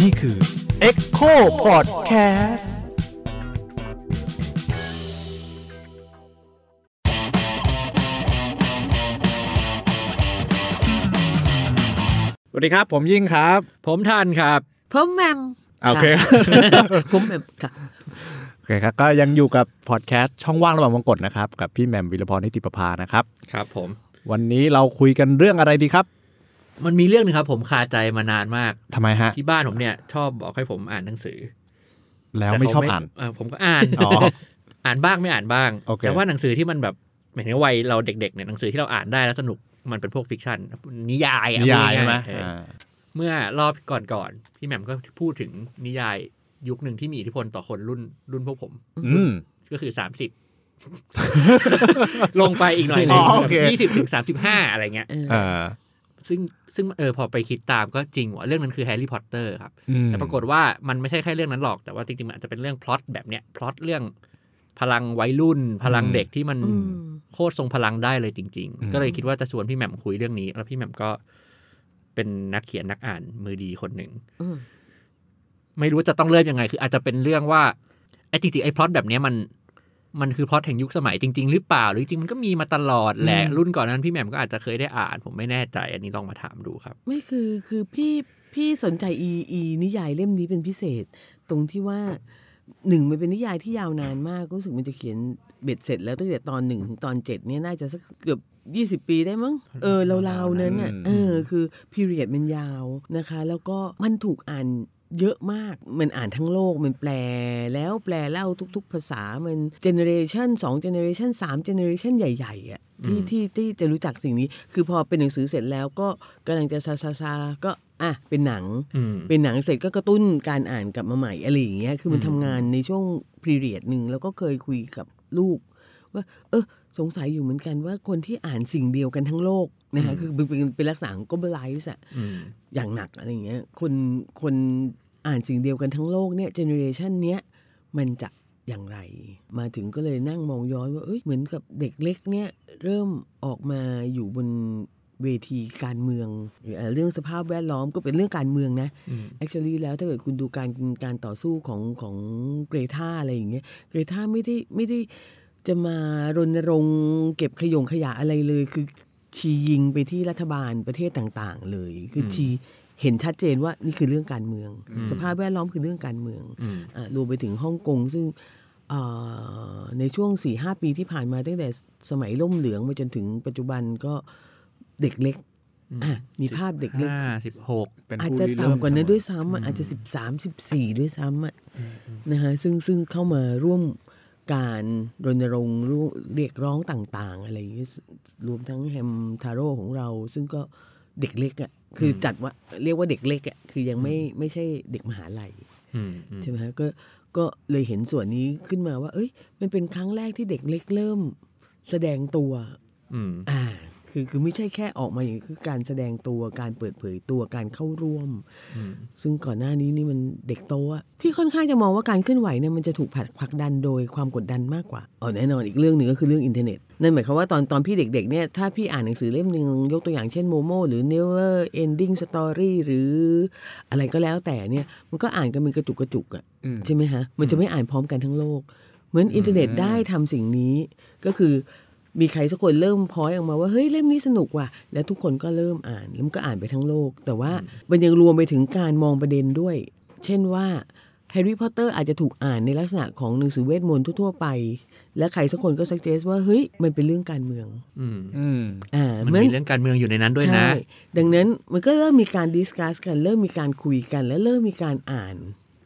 นี่คือ Echo Podcast สวัสดีครับ ผมยิ่งครับ ผมทันครับ ผมแมม โอเค Dạ, ค่ะผมแมมค่ะ โอเคครับ ก็ยังอยู่กับพอดแคสต์ช่องว่างระหว่างวงกฎนะครับ กับพี่แหม่มวิรพรนิติประภานะครับ ครับ ผม วันนี้เราคุยกันเรื่องอะไรดีครับ มันมีเรื่องหนึงครับ ผมคาใจมานานมาก ทำไมฮะ ที่บ้านผมเนี่ย ชอบบอกให้ผมอ่านหนังสือ แล้วไม่ชอบ เข อ่าน เผมก็อ่าน อ๋อ อ่านบ้างไม่อ่านบ้าง โอเค แต่ว่าหนังสือที่มันแบบหมายถึงว่าวัยเราเด็กๆเนี่ยหนังสือที่เราอ่านได้แล้วสนุกมันเป็นพวกฟิกชันนิยายอะ นิยายใช่ไหม เออ อ่า เมื่อรอบก่อนๆพี่แหม่มก็พูดถึงนิยายยุคหนึ่งที่มีอิทธิพลต่อคนรุ่นรุ่นพวกผม อืม ก็คือสามสิ บ ลงไปอีกหน่อยหนึ่ง อ๋อโอเค ยี่สิบถึงสามสิบห้าอะไรเงี้ ờ. ย เออ ซึ่งซึ่งเออพอไปคิดตามก็จริงว่ะเรื่องนั้นคือแฮร์รี่พอตเตอร์ครับ อืม แต่ปรากฏว่ามันไม่ใช่แค่เรื่องนั้นหรอก แต่ว่าจริงๆ มันอาจจะเป็นเรื่องพล็อตแบบเนี้ยพล็อตเรื่องพลังวัยรุ่น พลังเด็กที่มัน อืม โคตรทรงพลังได้เลยจริง ๆ ก็เลยคิดว่าจะชวนพี่แหม่มคุยเรื่องนี้ แล้วพี่แหม่มก็เป็นนักเขียนนักอ่านมือดีคนหนึ่ง อืม ไม่รู้ว่าจะต้องเริ่มยังไง คืออาจจะเป็นเรื่องว่าไอ้จริงๆไอ้พล็อตแบบเนี้ยมัน มันคือพล็อตแห่งยุคสมัยจริง ๆ หรือเปล่า หรือจริงๆมันก็มีมาตลอดแหละรุ่นก่อนนั้นพี่แหม่มก็อาจจะเคยได้อ่าน ผมไม่แน่ใจ อันนี้ลองมาถามดูครับ ไม่คือคือพี่พี่สนใจอีอีนิยายเล่มนี้เป็นพิเศษ ตรงที่ว่าหนึ่งมันเป็นนิยายที่ยาวนานมากรู้สึกมันจะเขียนเบ็ดเสร็จแล้วตั้งแต่ตอนหนึ่งถึงตอนเจ็ดเนี่ยน่าจะสักเกือบยี่สิบปีได้มั้งเออราวๆนั้นน่ะเออคือพีเรียดมันยาวนะคะ แล้วก็มันถูกอ่านเยอะมากมันอ่านทั้งโลกมันแปล แล้วแปลเล่าทุก ๆ ภาษามันเจเนเรชันสองเจเนเรชันสามเจเนเรชันใหญ่ๆอ่ะที่ที่ที่จะรู้จักสิ่งนี้ คือพอเป็นหนังสือเสร็จแล้วก็กำลังจะซาซาซาก็อ่ะเป็นหนัง อืม เป็นหนังเสร็จก็กระตุ้นการอ่านกลับมาใหม่อะไรอย่างเงี้ย คือมัน อืม ทำงานในช่วงพรีเรียดหนึ่งแล้วก็เคยคุยกับลูก ว่า เออสงสัยอยู่เหมือนกันว่าคนที่อ่านสิ่งเดียวกันทั้งโลกนะคะคือเป็นเป็นเป็นลักษณะของ globalize อะ อืม อย่างหนักอะไรอย่างเงี้ยคนคนอ่านสิ่งเดียวกันทั้งโลกเนี่ยเจเนเรชันเนี้ยมันจะอย่างไร มาถึงก็เลยนั่งมองย้อนว่าเอ้ยเหมือนกับเด็กเล็กเนี่ยเริ่มออกมาอยู่บนเวทีการเมืองหรือเอ่อเรื่องสภาพแวดล้อมก็เป็นเรื่องการเมืองนะ อืม actually แล้วถ้าเกิดคุณดูการการต่อสู้ของของเกรธาอะไรอย่างเงี้ยเกรธาไม่ได้ไม่ได้จะมารณรงค์เก็บขยงขยะอะไรเลย คือชียิงไปที่รัฐบาลประเทศต่างๆ เลย คืออ ม ชีเห็นชัดเจนว่านี่คือเรื่องการเมือง อืม สภาพแวดล้อมคือเรื่องการเมือง อืม อ่ะรวมไปถึงฮ่องกงซึ่งเอ่อในช่วง4ี่หปีที่ผ่านมาตั้งแต่สมัยล่มเหลืองมาจนถึงปัจจุบันก็เด็กเล็ก อืม อ่ะมีภาพเด็กเล็ก ห้าสิบหก เป็น อาจ ผู้ จะ ริเริ่ม ต่ำกว่านั้นด้วยซ้ำอ่ะ อืม อาจจะสิบสามสิบสี่ด้วยซ้ำอ่ะนะคะซึ่งซึ่งเข้ามาร่วมการรณรงค์ร่วมเรียกร้องต่าง ๆ อะไรอย่างเงี้ยรวมทั้งแฮมทาโร่ของเรา ซึ่งก็เด็กเล็กอ่ะคือจัดว่าเรียกว่าเด็กเล็กอ่ะคือยังไม่ไม่ใช่เด็กมหาลัย อืมอืม ใช่ไหมฮะก็ก็เลยเห็นส่วนนี้ขึ้นมาว่า เอ้ย มันเป็นครั้งแรกที่เด็กเล็กเริ่มแสดงตัว อืม อ่า คือคือไม่ใช่แค่ออกมาอย่างคือการแสดงตัวการเปิดเผยตัวการเข้าร่วม อืม ซึ่งก่อนหน้านี้นี่มันเด็กโตอะพี่ค่อนข้างจะมองว่าการเคลื่อนไหวเนี่ยมันจะถูกผลักผลักดันโดยความกดดันมากกว่าอ๋อแน่นอนอีกเรื่องหนึ่งก็คือเรื่องอินเทอร์เน็ตนั่นหมายความว่าตอนตอนพี่เด็กๆเนี่ยถ้าพี่อ่านหนังสือเล่มหนึ่งยกตัวอย่างเช่นโมโมหรือ Never Ending Story หรืออะไรก็แล้วแต่เนี่ยมันก็อ่านกันเป็นกระจุกกระจุกอะ อืม ใช่ไหมฮะ มันจะไม่อ่านพร้อมกันทั้งโลก เหมือนอินเทอร์เน็ตได้ทำสิ่งนี้ ก็คือมีใครสักคนเริ่มพอยต์ออกมาว่า เฮ้ย เล่มนี้สนุกว่ะ แล้วทุกคนก็เริ่มอ่านแล้วมันก็อ่านไปทั้งโลก แต่ว่ามันยังรวมไปถึงการมองประเด็นด้วย เช่นว่าแฮร์รี่พอตเตอร์อาจจะถูกอ่านในลักษณะของหนังสือเวทมนต์ทั่วๆไป และใครสักคนก็สักเจสว่าเฮ้ยมันเป็นเรื่องการเมือง อืม อืม อ่า มัน เหอ มีเรื่องการเมืองอยู่ในนั้นด้วยนะ ใช่ ดังนั้นมันก็เริ่มมีการดิสคัสกัน เริ่มมีการคุยกัน และเริ่มมีการอ่าน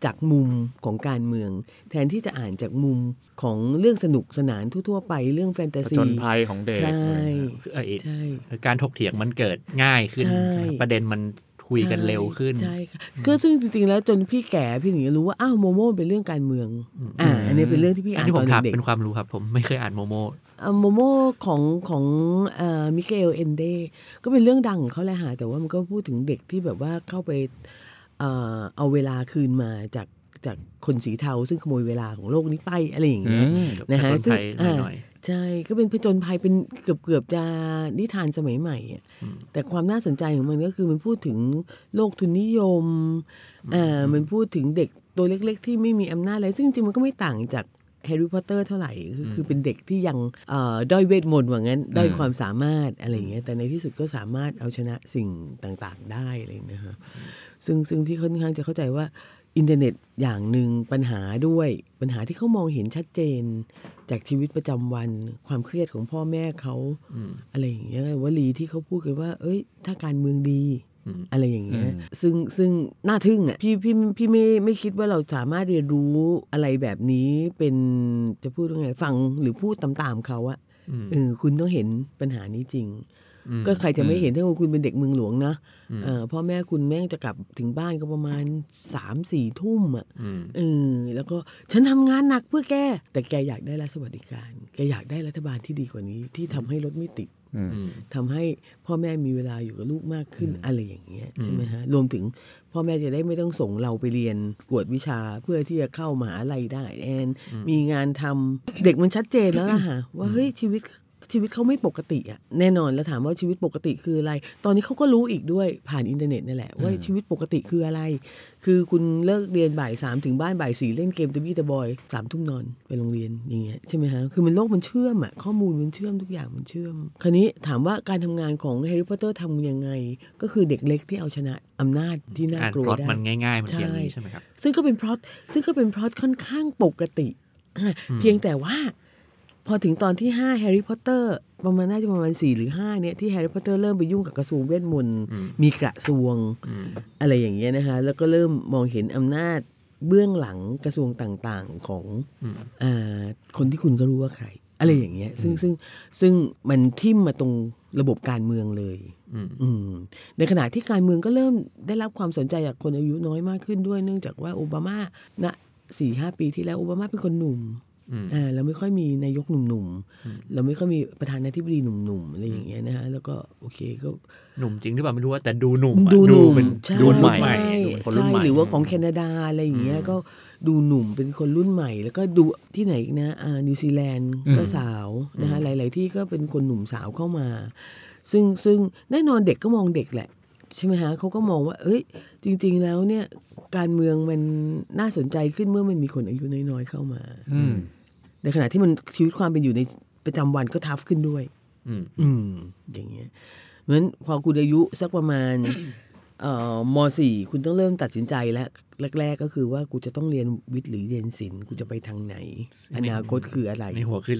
จากมุมของการเมือง แทนที่จะอ่านจากมุมของเรื่องสนุกสนานทั่วๆไปเรื่องแฟนตา ผ ซี จญภัยของเด็ก ใช่ อะไรอย่างเงี้ย คือเออเอ ใช่ อการถกเถียงมันเกิดง่ายขึ้น ใช่ ใช่ไหมประเด็นมันคุยกันเร็วขึ้น ใช่ค่ะก็ซึ่งจริงๆแล้วจนพี่แก่พี่หนิงรู้ว่าอ้าวโมโม่เป็นเรื่องการเมือง อ่า อันนี้เป็นเรื่องที่พี่ อัน อ่าน ที่ ต ผ อ ม น ถาม เด็ก เป็นความรู้ครับ ผมไม่เคยอ่านโมโม อ่ะโมโม่ของของเอ่อมิเกลเอนเดก็เป็นเรื่องดังของเขาแหละฮะแต่ว่ามันก็พูดถึงเด็กที่แบบว่าเข้าไป เอ่อเอาเวลาคืนมาจากจากคนสีเทาซึ่งขโมยเวลาของโลกนี้ไปอะไรอย่าง อื เงี้ย ม นะฮะ จากคนไทย อ่า หน่อย ใช่ก็เป็นผจญภัยเป็นเกือบเกือบๆจะนิทานสมัยใหม่อะ อืม แต่ความน่าสนใจของมันก็คือมันพูดถึงโลกทุนนิยมอ่ามันพูดถึงเด็กตัวเล็ก ๆ ที่ไม่มีอำนาจเลยซึ่งจริงๆมันก็ไม่ต่างจากแฮร์รี่พอตเตอร์เท่าไหร่คือคือเป็นเด็กที่ยังเอ่อด้อยเวทมนต์ว่างั้นด้อยความสามารถอะไรอย่างเงี้ยแต่ในที่สุดก็สามารถเอาชนะสิ่งต่างๆ ได้อะไรอย่างเลยนะคะซึ่งซึ่งพี่ค่อนข้างจะเข้าใจว่าอินเทอร์เน็ตอย่างหนึ่งปัญหาด้วยปัญหาที่เขามองเห็นชัดเจน จากชีวิตประจำวันความเครียดของพ่อแม่เขา อืม อะไรอย่างเงี้ยวลีที่เขาพูดกันว่า เอ้ย ถ้าการเมืองดี อืม อะไรอย่างเงี้ย อืม ซึ่งซึ่งน่าทึ่งอ่ะพี่พี่พี่ไม่ไม่คิดว่าเราสามารถเรียนรู้อะไรแบบนี้เป็นจะพูดว่าไงฟังหรือพูดตามๆเขาอะ อืม เออคุณต้องเห็นปัญหานี้จริง ม ก็ใครจะไม่เห็นถ้าคุณเป็นเด็กเมืองหลวงนะ อืม เออพ่อแม่คุณแม่งจะกลับถึงบ้านก็ประมาณสามสี่ทุ่มอ่ะ อืม เออแล้วก็ฉันทำงานหนักเพื่อแก แต่แกอยากได้รัฐสวัสดิการ แกอยากได้รัฐบาลที่ดีกว่านี้ ที่ทำให้รถไม่ติด อืม อืม ทำให้พ่อแม่มีเวลาอยู่กับลูกมากขึ้นอะไรอย่างเงี้ยใช่ไหม อืม ฮะรวมถึงพ่อแม่จะได้ไม่ต้องส่งเราไปเรียนกวดวิชาเพื่อที่จะเข้ามหาลัยได้แอนมีงานทำเด็กมันชัดเจนแล้วล่ะฮะว่าเฮ้ยชีวิตชีวิตเขาไม่ปกติอะแน่นอนแล้วถามว่าชีวิตปกติคืออะไร ตอนนี้เขาก็รู้อีกด้วยผ่านอินเทอร์เน็ตนั่นแหละว่าชีวิตปกติคืออะไร คือคุณเลิกเรียนบ่ายสามถึงบ้านบ่ายสี่เล่นเกมตะบี้ตะบอยสามทุ่มนอนไปโรงเรียนอย่างเงี้ยใช่ไหมฮะคือมันโลกมันเชื่อมอะข้อมูลมันเชื่อมทุกอย่างมันเชื่อม คราวนี้ถามว่าการทำงานของแฮร์รี่พอตเตอร์ทำยังไง ก็คือเด็กเล็กที่เอาชนะอำนาจที่น่า อ่าน กลั พ ว ล็อต ได้ มันง่ายๆมันเพียงนี้ ใช่ ใช่ไหมครับ ซึ่งก็เป็นพล็อตซึ่งก็เป็นพล็อตค่อนข้างปกติอ่ะเพียงแต่ว่า พอถึงตอนที่ห้าแฮร์รี่พอตเตอร์ประมาณน่าจะประมาณสี่หรือห้าเนี่ยที่แฮร์รี่พอตเตอร์เริ่มไปยุ่งกับกระทรวงเวทมนต์ อืม มีกระทรวง อืม อะไรอย่างเงี้ยนะคะ แล้วก็เริ่มมองเห็นอำนาจเบื้องหลังกระทรวงต่างๆของ อืม อาคนที่คุณก็รู้ว่าใคร อะไรอย่างเงี้ย ซึ่งซึ่งซึ่งมันทิ่มมาตรงระบบการเมืองเลย อืม อืมในขณะที่การเมืองก็เริ่มได้รับความสนใจจากคนอายุน้อยมากขึ้นด้วย เนื่องจากว่าโอบามาณสี่ห้าปีที่แล้วโอบามาเป็นคนหนุ่ม อืม อ่าเราไม่ค่อยมีนายกหนุ่ม อืม ๆเราไม่ค่อยมีประธานาธิบดีหนุ่มๆอะไรอย่างเงี้ยนะคะแล้วก็โอเคก็ หนุ่มจริงหรือเปล่าไม่รู้ว่าแต่ดูหนุ่มอะ ดูหนุ่ม เป็น ใช่ ดูใหรุ่นม่ ใหม่ ใช่ ดูเป็นคนรุ่น ใช่ ใหม่ หรือว่าของแคนาดาอะไรอย่างเงี้ย อืม ก็ดูหนุ่มเป็นคนรุ่นใหม่ แล้วก็ดูที่ไหนอีกนะอ่านิวซีแลนด์ก็สาวนะคะหลาย ๆ ที่ก็เป็นคนหนุ่มสาวเข้ามา ซึ่งซึ่งแน่นอนเด็กก็มองเด็กแหละ ใช่ไหมฮะเขาก็มองว่า เอ้ย จริง ๆ แล้วเนี่ยการเมืองมันน่าสนใจขึ้นเมื่อมันมีคนอายุน้อย ๆ เข้ามา อืม ในขณะที่มันชีวิตความเป็นอยู่ในประจำวันก็ทัฟขึ้นด้วย อืม อืม อย่างเงี้ยเพราะฉะนั้นพอคุณอายุสักประมาณ เอ่อมสี่คุณต้องเริ่มตัดสินใจแล้วแรก ๆ ก็คือว่ากูจะต้องเรียนวิทย์หรือเรียนศิลป์กูจะไปทางไหน อนาคตคืออะไร ในหัวคือ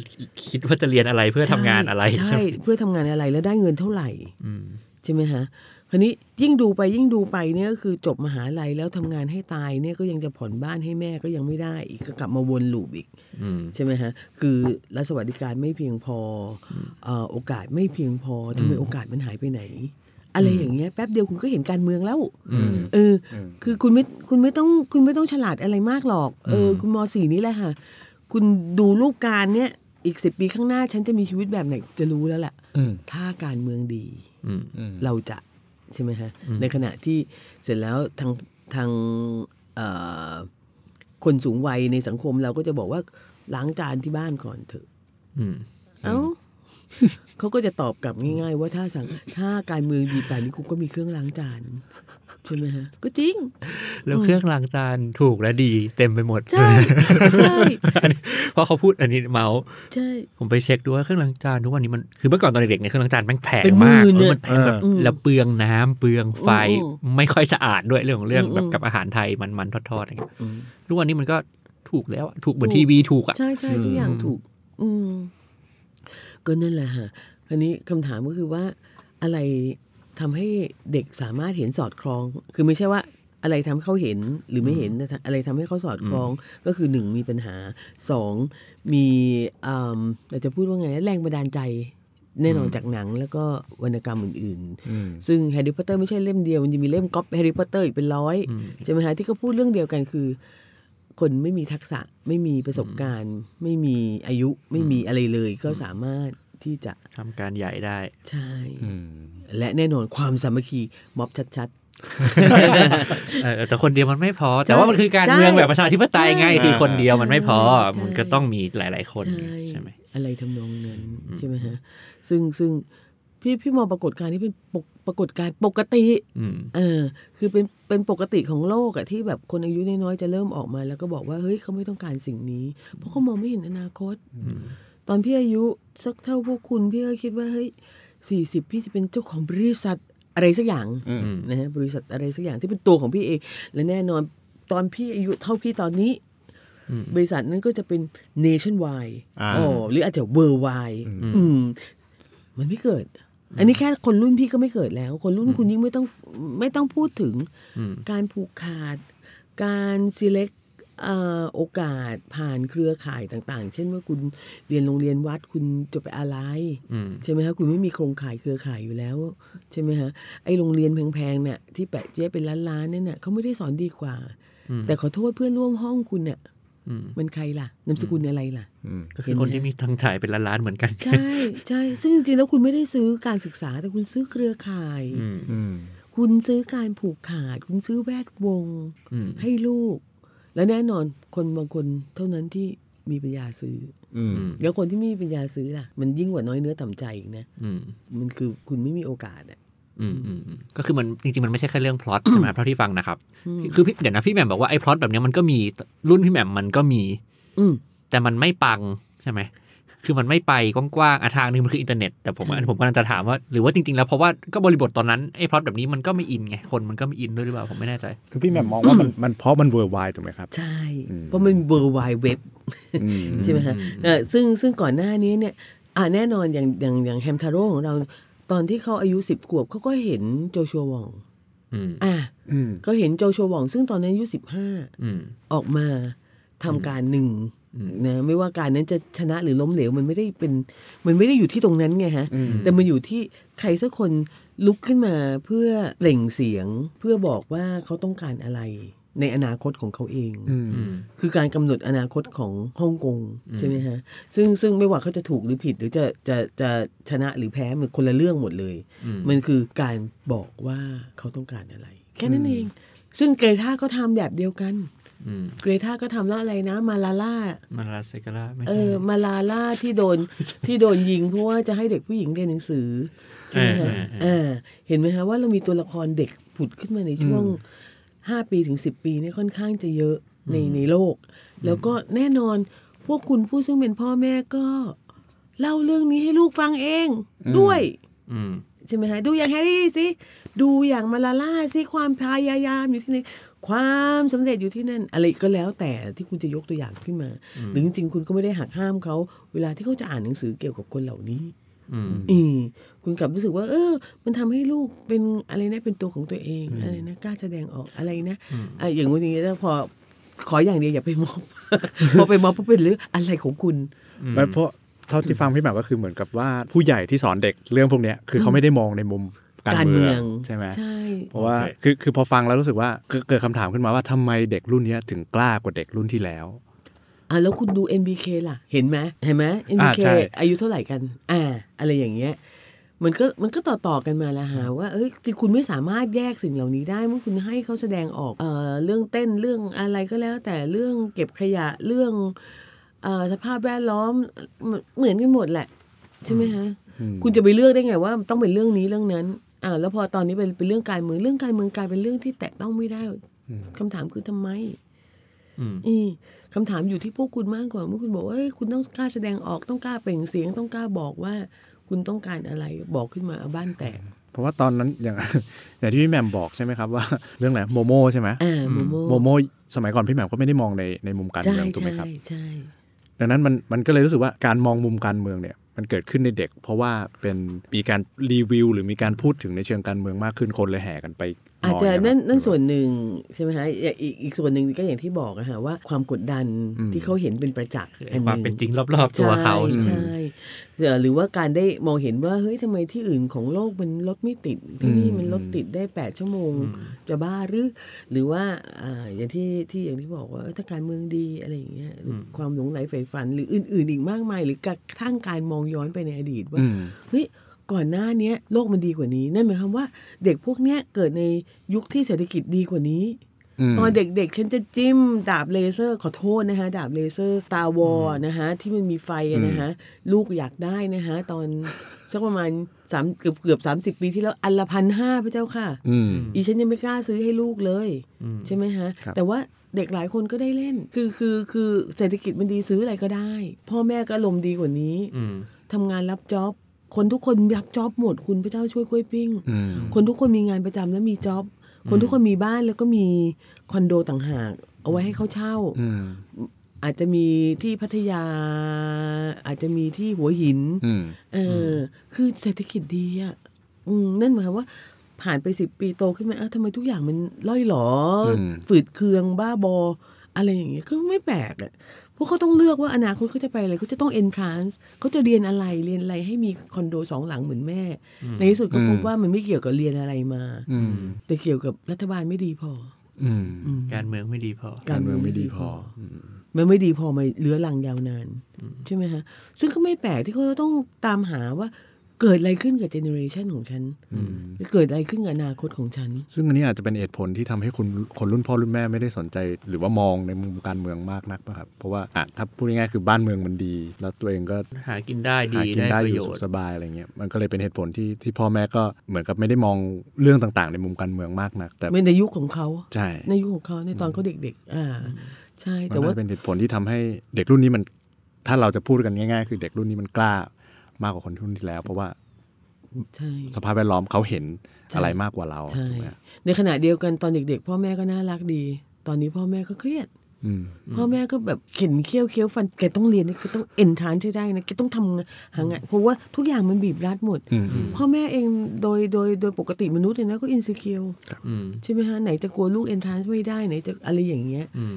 คิดว่าจะเรียนอะไรเพื่อทำงานอะไร ใช่ ใช่ ใช่ ไหม เพื่อทำงานอะไรแล้วได้เงินเท่าไหร่ อืม ใช่ไหมฮะคราวนี้ยิ่งดูไปยิ่งดูไปเนี่ยก็คือจบมหาลัยแล้วทำงานให้ตายเนี่ยก็ยังจะผ่อนบ้านให้แม่ก็ยังไม่ได้อีกก็กลับมาวนลูปอีก อืม ใช่ไหมฮะ คือรัฐสวัสดิการไม่เพียงพอเอ่อโอกาสไม่เพียงพอทำไม อืม โอกาสมันหายไปไหน อะไรอย่างเงี้ยแป๊บเดียวคุณก็เห็นการเมืองแล้ว อืม เออ อืม คือคุณไม่คุณไม่ต้องคุณไม่ต้องฉลาดอะไรมากหรอก เอออ ม คุณมสี่นี่แหละค่ะ คุณดูรูปการณ์เนี่ยอีกสิปีข้างหน้าฉันจะมีชีวิตแบบไหนจะรู้แล้วแหละ อืม ถ้าการเมืองดี อืม อืม เราจะใช่ไหมฮะ อืม ในขณะที่เสร็จแล้วทางทางเอ่อคนสูงวัยในสังคมเราก็จะบอกว่าล้างจานที่บ้านก่อนเถอะ อืม เอ้าเขาก็จะตอบกลับง่าย ๆ ว่าถ้าสังถ้าการเมืองดีป่านนี้กูก็มีเครื่องล้างจานใช่ไหมฮะ ก็จริง แล้วเครื่องล้างจานถูกและดีเต็มไปหมด ใช่ใช่ อันนี้เพราะเขาพูดอันนี้เมาส์ ใช่ ผมไปเช็คดูว่าเครื่องล้างจานทุกวันนี้มันคือเมื่อก่อนตอนเด็กๆเนี่ยเครื่องล้างจานแม่งแพง เป็นหมื่ มาก น เอ เนี่อยมันแพงแบบ อืม แล้วเปลืองน้ำเปลืองไฟ อืมอืม ไม่ค่อยสะอาดด้วยเรื่องของเรื่อง อืม แบบกับอาหารไทยมันๆทอดๆอะไรเงี้ยทุกวันนี้มันก็ถูกแล้วอะถูกเหมือนทีวีถูกอ่ะ ใช่ใช่ อืม ทุกอย่างถูก อืม ก็นั่นแหละฮะคันนี้คำถามก็คือว่าอะไรทำให้เด็กสามารถเห็นสอดคล้อง คือไม่ใช่ว่า อะไรทำให้เขาเห็นหรือไม่เห็นนะอะไรทำให้เขาสอดคล้อง ก็คือหนึ่งมีปัญหาสองมีอืมเราจะพูดว่าไงนะแรงบันดาลใจ แน่นอนจากหนังแล้วก็วรรณกรรมอื่น ๆ อืม ซึ่งแฮร์รี่พอตเตอร์ไม่ใช่เล่มเดียว มันจะมีเล่มก๊อปแฮร์รี่พอตเตอร์อีกเป็นร้อย อืม ใช่ไหมฮะที่เขาพูดเรื่องเดียวกันคือ คนไม่มีทักษะไม่มีประสบการณ์ ไม่มีอายุไม่มีอะไรเลย ก็สามารถที่จะ ทำการใหญ่ได้ ใช่ อืม และแน่นอนความสามัคคีม็อบชัด เออแต่คนเดียวมันไม่พอ แต่ว่ามันคือการ ใช่ เมืองแบบประชาธิปไตยไง ใช่ คือคนเดียวมันไม่พอ ใช่ มันก็ต้องมีหลาย ๆ คน ใช่ ใช่ไหม อะไรทำนองนั้นใช่ไหมฮะซึ่งซึ่งพี่พี่มองปรากฏการณ์นี้เป็นปกปรากฏการณ์ปกติ อืม เออคือเป็นเป็นปกติของโลกอะที่แบบคนอายุน้อยๆจะเริ่มออกมาแล้วก็บอกว่าเฮ้ยเขาไม่ต้องการสิ่งนี้ เพราะเขามองไม่เห็นอนาคต ตอนพี่อายุสักเท่าพวกคุณพี่ก็คิดว่าเฮ้ยสี่สิบพี่จะเป็นเจ้าของบริษัทอะไรสักอย่าง อืม นะฮะบริษัทอะไรสักอย่างที่เป็นตัวของพี่เอง และแน่นอนตอนพี่อายุเท่าพี่ตอนนี้ อืม บริษัทนั้นก็จะเป็น nationwide อ่า อ๋อหรืออาจจะ worldwide อืมมันไม่เกิด อันนี้แค่คนรุ่นพี่ก็ไม่เกิดแล้ว คนรุ่นคุณยิ่งไม่ต้องไม่ต้องพูดถึง อืม การผูกขาด การ select เอ่อโอกาสผ่านเครือข่ายต่างๆ เช่นว่าคุณเรียนโรงเรียนวัดคุณจะไปอะไร อืม ใช่ไหมคะคุณไม่มีโครงข่ายเครือข่ายอยู่แล้ว ใช่ไหมคะไอโรงเรียนแพงๆเนี่ยที่แปะเจ๊ยบเป็นล้านๆเนี่ยน่ะเขาไม่ได้สอนดีกว่า อืม แต่ขอโทษเพื่อนร่วมห้องคุณเนี่ย อืม มันใครล่ะนามสกุลอะไรล่ะ อืม ก็คือคนที่มีทางจ่ายเป็นล้านๆเหมือนกัน ใช่ใช่ซึ่งจริงๆแล้วคุณไม่ได้ซื้อการศึกษาแต่คุณซื้อเครือข่าย อืม อืม คุณซื้อการผูกขาด คุณซื้อแวดวง อืม ให้ลูก และแน่นอนคนบางคนเท่านั้นที่มีปัญญาซื้อ อืม แล้วคนที่ไม่มีปัญญาซื้อล่ะ มันยิ่งกว่าน้อยเนื้อต่ำใจอีกนะ อืม มันคือคุณไม่มีโอกาสอ่ะ อืมอืมอืมก็คือมันจริงๆ มันไม่ใช่แค่เรื่องพล็อต ใช่ไหมเท่าที่ฟังนะครับ อืม คือพี่เดี๋ยวนะพี่แหม่มบอกว่าไอ้พล็อตแบบเนี้ยมันก็มีรุ่นพี่แหม่มมันก็มี อืม แต่มันไม่ปังใช่ไหม คือมันไม่ไปกว้างๆอะทางหนึงมันคืออินเทอร์เน็ต แต่ผม ใช่ อันผมกำลังจะถามว่า หรือว่าจริงๆ แล้วเพราะว่าก็บริบทตอนนั้นไอ้พล็อตแบบนี้มันก็ไม่อินไง คนมันก็ไม่อินด้วยหรือเปล่าผมไม่แน่ใจ คือพี่แหม่มมองว่ามันมันเพราะมันเวอร์ไวถูกไหมครับ ใช่ อืม เพราะมันเวอร์ไวเว็บ อืม ใช่ไหมฮะ อืม เออซึ่งซึ่งก่อนหน้านี้เนี่ย อ่าแน่นอนอย่างอย่างอย่างแฮมทาโร่ของเรา ตอนที่เขาอายุสิบขวบเขาก็เห็นโจชัววอง อืม อ่ะ อืม ก็เห็นโจชัววอง ซึ่งตอนนั้นอายุสิบห้า อืม ออกมาทำการหนึ่ง อืม นะไม่ว่าการนั้นจะชนะหรือล้มเหลวมันไม่ได้เป็นมันไม่ได้อยู่ที่ตรงนั้นไงฮะ แต่มันอยู่ที่ใครสักคนลุกขึ้นมาเพื่อเปล่งเสียง เพื่อบอกว่าเขาต้องการอะไรในอนาคตของเขาเอง อืม อืม คือการกำหนดอนาคตของฮ่องกง อืม ใช่ไหมฮะซึ่งซึ่งไม่ว่าเขาจะถูกหรือผิดหรือจะจะจะชนะหรือแพ้มันคนละเรื่องหมดเลย อืม มันคือการบอกว่าเขาต้องการอะไร แค่นั้น อืม เอง ซึ่งเกรท่าก็ทำแบบเดียวกัน อืม เกรทาก็ทำแล้วอะไรนะ มาลาล่า มันลาเซกาล่าไม่ เอ ใช่ อ มาลาล่าที่โดน ที่โดนยิงเพราะว่าจะให้เด็กผู้หญิงเรียนหนังสือใช่ไหเอมอฮะเออ เออ เห็นไหมฮะว่าเรามีตัวละครเด็กผุดขึ้นมาในช่วงห้าปีถึงสิบปีเนี่ยค่อนข้างจะเยอะในในโลก แล้วก็แน่นอนพวกคุณผู้ซึ่งเป็นพ่อแม่ก็ เล่าเรื่องนี้ให้ลูกฟังเองด้วย อืม ใช่ไหมฮะดูอย่างแฮร์รี่สิ ดูอย่างมาลาล่าสิ ความพยายามอยู่ที่ไหนความสำเร็จอยู่ที่นั่น อะไรก็แล้วแต่ที่คุณจะยกตัวอย่างขึ้นมาหรือจริงๆคุณก็ไม่ได้หักห้ามเขา เวลาที่เขาจะอ่านหนังสือเกี่ยวกับคนเหล่านี้ อืม อืมคุณกลับรู้สึกว่า เออ มันทำให้ลูกเป็นอะไรนะเป็นตัวของตัวเองอะไรนะกล้าแสดงออกอะไรนะ อืม อ่ะอย่างวันนี้นะพอขออย่างเดียวอย่าไปมอบ พอไปมอบปุ๊บเป็นเรื่องอะไรของคุณ มันเพราะเท่าที่ฟังพี่แหม่มก็คือเหมือนกับว่าผู้ใหญ่ที่สอนเด็กเรื่องพวกเนี้ยคือเขาไม่ได้มองในมุมการ การ เมื เมื อ อง ง ใช่ไหม ใช่ เพราะว่า โอเค คือคือพอฟังแล้วรู้สึกว่าเกิดเกิดคำถามขึ้นมาว่าทำไมเด็กรุ่นเนี้ยถึงกล้ากว่าเด็กรุ่นที่แล้ว อ่ะแล้วคุณดู MBK ล่ะ เห็นไหมเห็นไหม MBK ใช่ อายุเท่าไหร่กัน อ่า อะไรอย่างเงี้ย มันก็มันก็ต่อต่อๆกันมาแล้วฮะว่าเอ้ยจริงคุณไม่สามารถแยกสิ่งเหล่านี้ได้เมื่อคุณให้เขาแสดงออกเอ่อเรื่องเต้นเรื่องอะไรก็แล้ว แต่เรื่องเก็บขยะเรื่องเอ่อสภาพแวดล้อมเหมือนกันหมดแหละ ใช่ไหมฮะ คุณจะไปเลือกได้ไงว่าต้องเป็นเรื่องนี้เรื่องนั้นอ่าแล้วพอตอนนี้เป็นเป็นเรื่องการเมืองเรื่องการเมืองกลายเป็นเรื่องที่แตะต้องไม่ได้คำถามคือทำไม อืม อืมคำถามอยู่ที่พวกคุณมากกว่าเมื่อคุณบอกว่าเอ้ยคุณต้องกล้าแสดงออกต้องกล้าเปล่งเสียงต้องกล้าบอกว่า คุณต้องการอะไรบอกขึ้นมาเอาบ้านแตก เพราะว่าตอนนั้นอย่าง อย่างที่พี่แหม่มบอกใช่ไหมครับว่า เรื่องอะไรโมโมใช่ไหม อ่าโม โม โม โมสมัยก่อนพี่แหม่มก็ไม่ได้มองในในมุมการ ใช่ เมืองถูกไหม ใช่ ครับ ใช่ ดังนั้นมันมันก็เลยรู้สึกว่าการมองมุมการเมืองเนี่ยมันเกิดขึ้นในเด็ก เพราะว่าเป็นมีการรีวิว หรือมีการพูดถึงในเชิงการเมืองมากขึ้นคนเลยแห่กันไปมง อาจจะ ย่ง นั่นนั่น หรือเปล่า ส่วนหนึ่งใช่ไหมฮะอีกอีกอีกส่วนหนึ่งก็อย่างที่บอกอะฮะว่าความกดดัน อืม ที่เขาเห็นเป็นประจักษ์ คือ อั ไอ้ น ค ห วาม นึ่ง เป็นจริงรอบๆตัวเขา ใช่ใช่เอ่อหรือว่าการได้มองเห็นว่าเฮ้ยทำไมที่อื่นของโลกมันรถไม่ติดที่นี่มันรถติดได้แปดชั่วโมง จะบ้าหรือ หรือว่าอ่าอย่างที่ที่อย่างที่บอกว่าเอ้ยถ้าการเมืองดีอะไรอย่างเงี้ยหรืออความหลงไหลใฝ่ฝัน หรืออื่น ๆ อีกมากมาย หรือกระทั่งการมองย้อนไปในอดีตว่า อืม เฮ้ยก่อนหน้าเนี้ยโลกมันดีกว่านี้ นั่นหมายความว่าเด็กพวกเนี้ยเกิดในยุคที่เศรษฐกิจดีกว่านี้ ม ตอนเด็กๆ ฉันจะจิ้มดาบเลเซอร์ขอโทษนะคะดาบเลเซอร์ตาวอนะคะที่มันมีไฟอะนะคะลูกอยากได้นะคะตอนสักประมาณสามเกือบเกือบสามสิบปีที่แล้วอันละพันห้าพระเจ้าค่ะ อืม อีฉันยังไม่กล้าซื้อให้ลูกเลย อืม ใช่ไหมฮะ ครับ แต่ว่าเด็กหลายคนก็ได้เล่น คือคือคือเศรษฐกิจมันดีซื้ออะไรก็ได้ พ่อแม่ก็ลมณ์ดีกว่านี้ อืม ทำงานรับจ็อบ คนทุกคนรับจ็อบหมดคุณพระเจ้าช่วยกล้วยปิ้ง อืม คนทุกคนมีงานประจำแล้วมีจ็อบ คนทุกคนมีบ้านแล้วก็มีคอนโดต่างหาก เอาไว้ให้เขาเช่า อืม อาจจะมีที่พัทยา อาจจะมีที่หัวหิน อืม เออ คือเศรษฐกิจดีอ่ะ อืม นั่นหมายความว่า ผ่านไปสิบปีโตขึ้นมาอ้าวทำไมทุกอย่างมันล่อยหลออ ม ฝืดเคืองบ้าบอ อะไรอย่างเงี้ยก็ไม่แปลกอ่ะเพวกเขาต้องเลือกว่าอนาคตเขาจะไปอะไรเขาจะต้องเอนทรานซ์เขาจะเรียนอะไรเรียนอะไรให้มีคอนโดสองหลังเหมือนแม่ ในที่สุดก็พบว่ามันไม่เกี่ยวกับเรียนอะไรมา อืม แต่เกี่ยวกับรัฐบาลไม่ดีพอ อืม อืม การเมืองไม่ดีพอ การเมืองไม่ดีพอ มันไม่ดีพอมาเลื้อรังยาวนาน ใช่ไหมฮะ ซึ่งก็ไม่แปลกที่เขาจะต้องตามหาว่าเกิดอะไรขึ้นกับเจเนอเรชันของฉัน อืม หรือเกิดอะไรขึ้นกับอนาคตของฉัน ซึ่งอันนี้อาจจะเป็นเหตุผลที่ทำให้คนคนรุ่นพ่อรุ่นแม่ไม่ได้สนใจ หรือว่ามองในมุมการเมืองมากนักป่ะครับ เพราะว่าอ่ะถ้าพูดง่ายๆคือบ้านเมืองมันดี แล้วตัวเองก็ หากินได้ดี หากินได้ ป อ ระ ยู่ โย สุ ชน์ ขสบายอะไรเงี้ยมันก็เลยเป็นเหตุผลที่ที่พ่อแม่ก็เหมือนกับไม่ได้มองเรื่องต่างๆ ในมุมการเมืองมากนัก แต่ ไม่ในยุคของเขา ใช่ ในยุคของเขาในตอนเขาเด็ก ๆ อ่า ใช่ แต่ แต่ ว่า ว่า เป็นเหตุผลที่ทำให้เด็กรุ่นนี้มัน ถ้าเราจะพูดกันง่ายๆ คือเด็กรุ่นนี้มันกล้ามากกว่าคนรุ่นที่แล้ว เพราะว่า ใช่ สภาพแวดล้อมเขาเห็น ใช่ อะไรมากกว่าเรา ใช่ ถูกไหม ในขณะเดียวกันตอนเด็ก ๆ พ่อแม่ก็น่ารักดี ตอนนี้พ่อแม่ก็เครียด อืม พ่อแม่ก็แบบเข็นเคี้ยวเคี้ยวฟันแกต้องเรียนนะแกต้องเอนทรานให้ได้นะแกต้องทำงานหางานเพราะว่าทุกอย่างมันบีบรัดหมด อืมอืม พ่อแม่เองโดยโดยโดยปกติมนุษย์เนี่ยนะก็อินสิเคียว อืม ใช่ไหมฮะไหนจะกลัวลูกเอนทรานไม่ได้ไหนจะอะไรอย่างเงี้ย อืม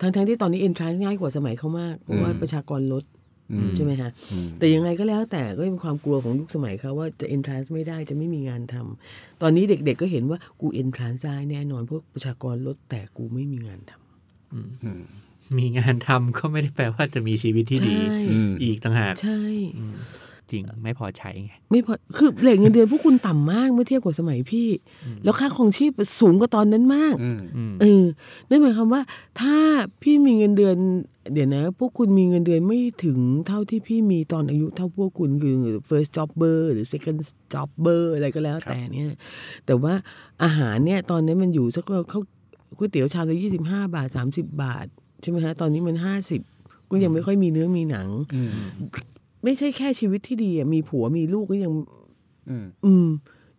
ทั้งทั้งๆที่ตอนนี้เอนทรานง่ายกว่าสมัยเขามากเพราะว่าประชากรลด อืม ใช่ไหมฮะ อืม แต่ยังไงก็แล้วแต่ก็เป็นความกลัวของยุคสมัยเขาว่าจะเอนทรานไม่ได้จะไม่มีงานทำตอนนี้เด็กๆก็เห็นว่ากูเอนทรานได้แน่นอนเพราะประชากรลดแต่กูไม่มีงานทำ อืม มีงานทำก็ไม่ได้แปลว่าจะมีชีวิตที่ดี ใช่ อืม อีกต่างหาก ใช่ อืมจริงไม่พอใช้ไง ไม่พอคือเลทเงินเดือนพวกคุณต่ำมากเมื่อเทียบกับสมัยพี่ อืม แล้วค่าของชีพสูงกว่าตอนนั้นมาก อืม อืม เออนั่นหมายความว่าถ้าพี่มีเงินเดือน เดี๋ยวนะ พวกคุณมีเงินเดือนไม่ถึงเท่าที่พี่มีตอนอายุเท่าพวกคุณคือ first jobber หรือ second jobber อะไรก็แล้วแต่เนี่ย แต่ว่าอาหารเนี่ยตอนนี้มันอยู่สักเขาก๋วยเตี๋ยวชามละยี่สิบห้าบาทสามสิบบาท ใช่ไหมฮะ ตอนนี้มันห้าสิบก็ยังไม่ค่อยมีเนื้อมีหนัง อืม ไม่ใช่แค่ชีวิตที่ดีอะมีผัวมีลูกก็ยัง อืม อืม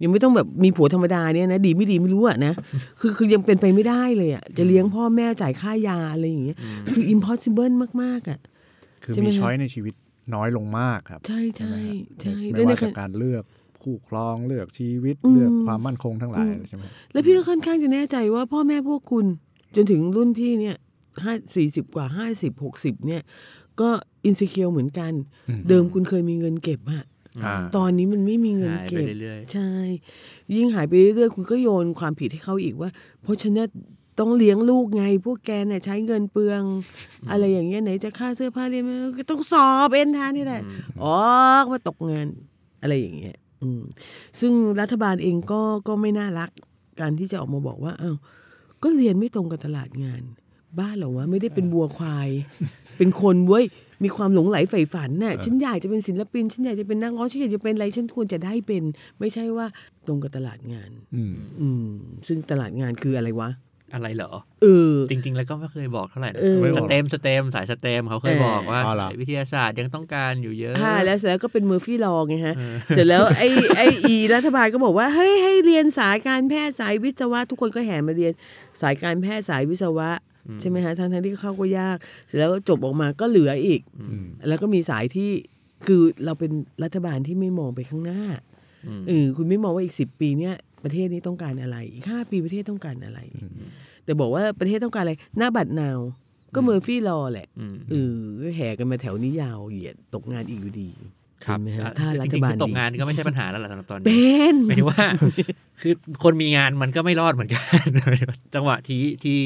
ยังไม่ต้องแบบมีผัวธรรมดาเนี่ยนะดีไม่ดีไม่รู้อะนะ คือคือยังเป็นไปไม่ได้เลยอะจะเลี้ยงพ่อแม่จ่ายค่ายาอะไรอย่างเงี้ยคือ impossible มาก ๆอะ คือ ใช่ไหม มี คะ ช้อยในชีวิตน้อยลงมากครับ ใช่ใช่ ไหมฮะ ใช่ ไม่ แล้วใน ว่า ข จาก ณะ การเลือกคู่ครองเลือกชีวิต อืม เลือกความมั่นคงทั้งหลายใช่ไหม แล้วพี่ก็ค่อนข้างจะแน่ใจว่าพ่อแม่พวกคุณ จนถึงรุ่นพี่เนี่ยห้าสี่สิบกว่าห้าสิบหกสิบเนี่ย ก็อินสิเคียวเหมือนกัน เดิมคุณเคยมีเงินเก็บอะ อ่า ตอนนี้มันไม่มีเงิน หายไป เก็บ เรื่อยๆ ใช่ ยิ่งหายไปเรื่อยๆคุณก็โยนความผิดให้เขาอีกว่า เพราะฉันน่ะต้องเลี้ยงลูกไง พวกแกเนี่ยใช้เงินเปลือง อะไรอย่างเงี้ยไหนจะค่าเสื้อผ้าเรียนก็ต้องสอบเอ็นทานนี่แหละ อืม ออกมาตกงานอะไรอย่างเงี้ยอืมซึ่งรัฐบาลเองก็ก็ไม่น่ารักการที่จะออกมาบอกว่าอ้าวก็เรียนไม่ตรงกับตลาดงาน บ้านเหรอวะไม่ได้เป็นวัวควาย เป็นคนเว้ยมีความหลงไหลใฝ่ฝันน่ะฉันอยากจะเป็นศิลปินฉันอยากจะเป็นนักร้องฉันอยากจะเป็นอะไรฉันควรจะได้เป็น ไม่ใช่ว่าตรงกับตลาดงาน อืม อืม ซึ่งตลาดงานคืออะไรวะ อะไรเหรอ เออ จริง ๆ แล้วก็ไม่เคยบอกเท่าไหร่นะ เออ สเตมสเตมสายสเตมเขาเคย เออ บอกว่าสายวิทยาศาสตร์ยังต้องการอยู่เยอะ ค่ะแล้วเสร็จแล้วก็เป็นเมอร์ฟี่ลอไงฮะ เออ เสร็จแล้วไอ้ไอ้อีรัฐบาลก็บอกว่าเฮ้ยให้เรียนสายการแพทย์สายวิศวะ ทุกคนก็แห่มาเรียนสายการแพทย์สายวิศวะ ใช่ไหมฮะทั้งทั้งๆที่เข้าก็ยาก เสร็จแล้วจบออกมาก็เหลืออีก อืม แล้วก็มีสายที่คือเราเป็นรัฐบาลที่ไม่มองไปข้างหน้า อืม เออคุณไม่มองว่าอีกสิบปีเนี่ยประเทศนี้ต้องการอะไร อีกห้าปีประเทศต้องการอะไร แต่บอกว่าประเทศต้องการอะไรหน้าบัตรนาว ก็เมอร์ฟี่ลอแหละ อืม เออแห่กันมาแถวนี้ยาวเหยียดตกงานอีกอยู่ดี ครับ เห็นไหมฮะ อ่ะ ถ้า จ รั ริงๆฐบา คื ล อตกงานก็ไม่ใช่ปัญหาแล้วล่ะสำหรับตอนนี้ เป็น หมายถึงว่า คือคนมีงานมันก็ไม่รอดเหมือนกัน จังหวะที่ที่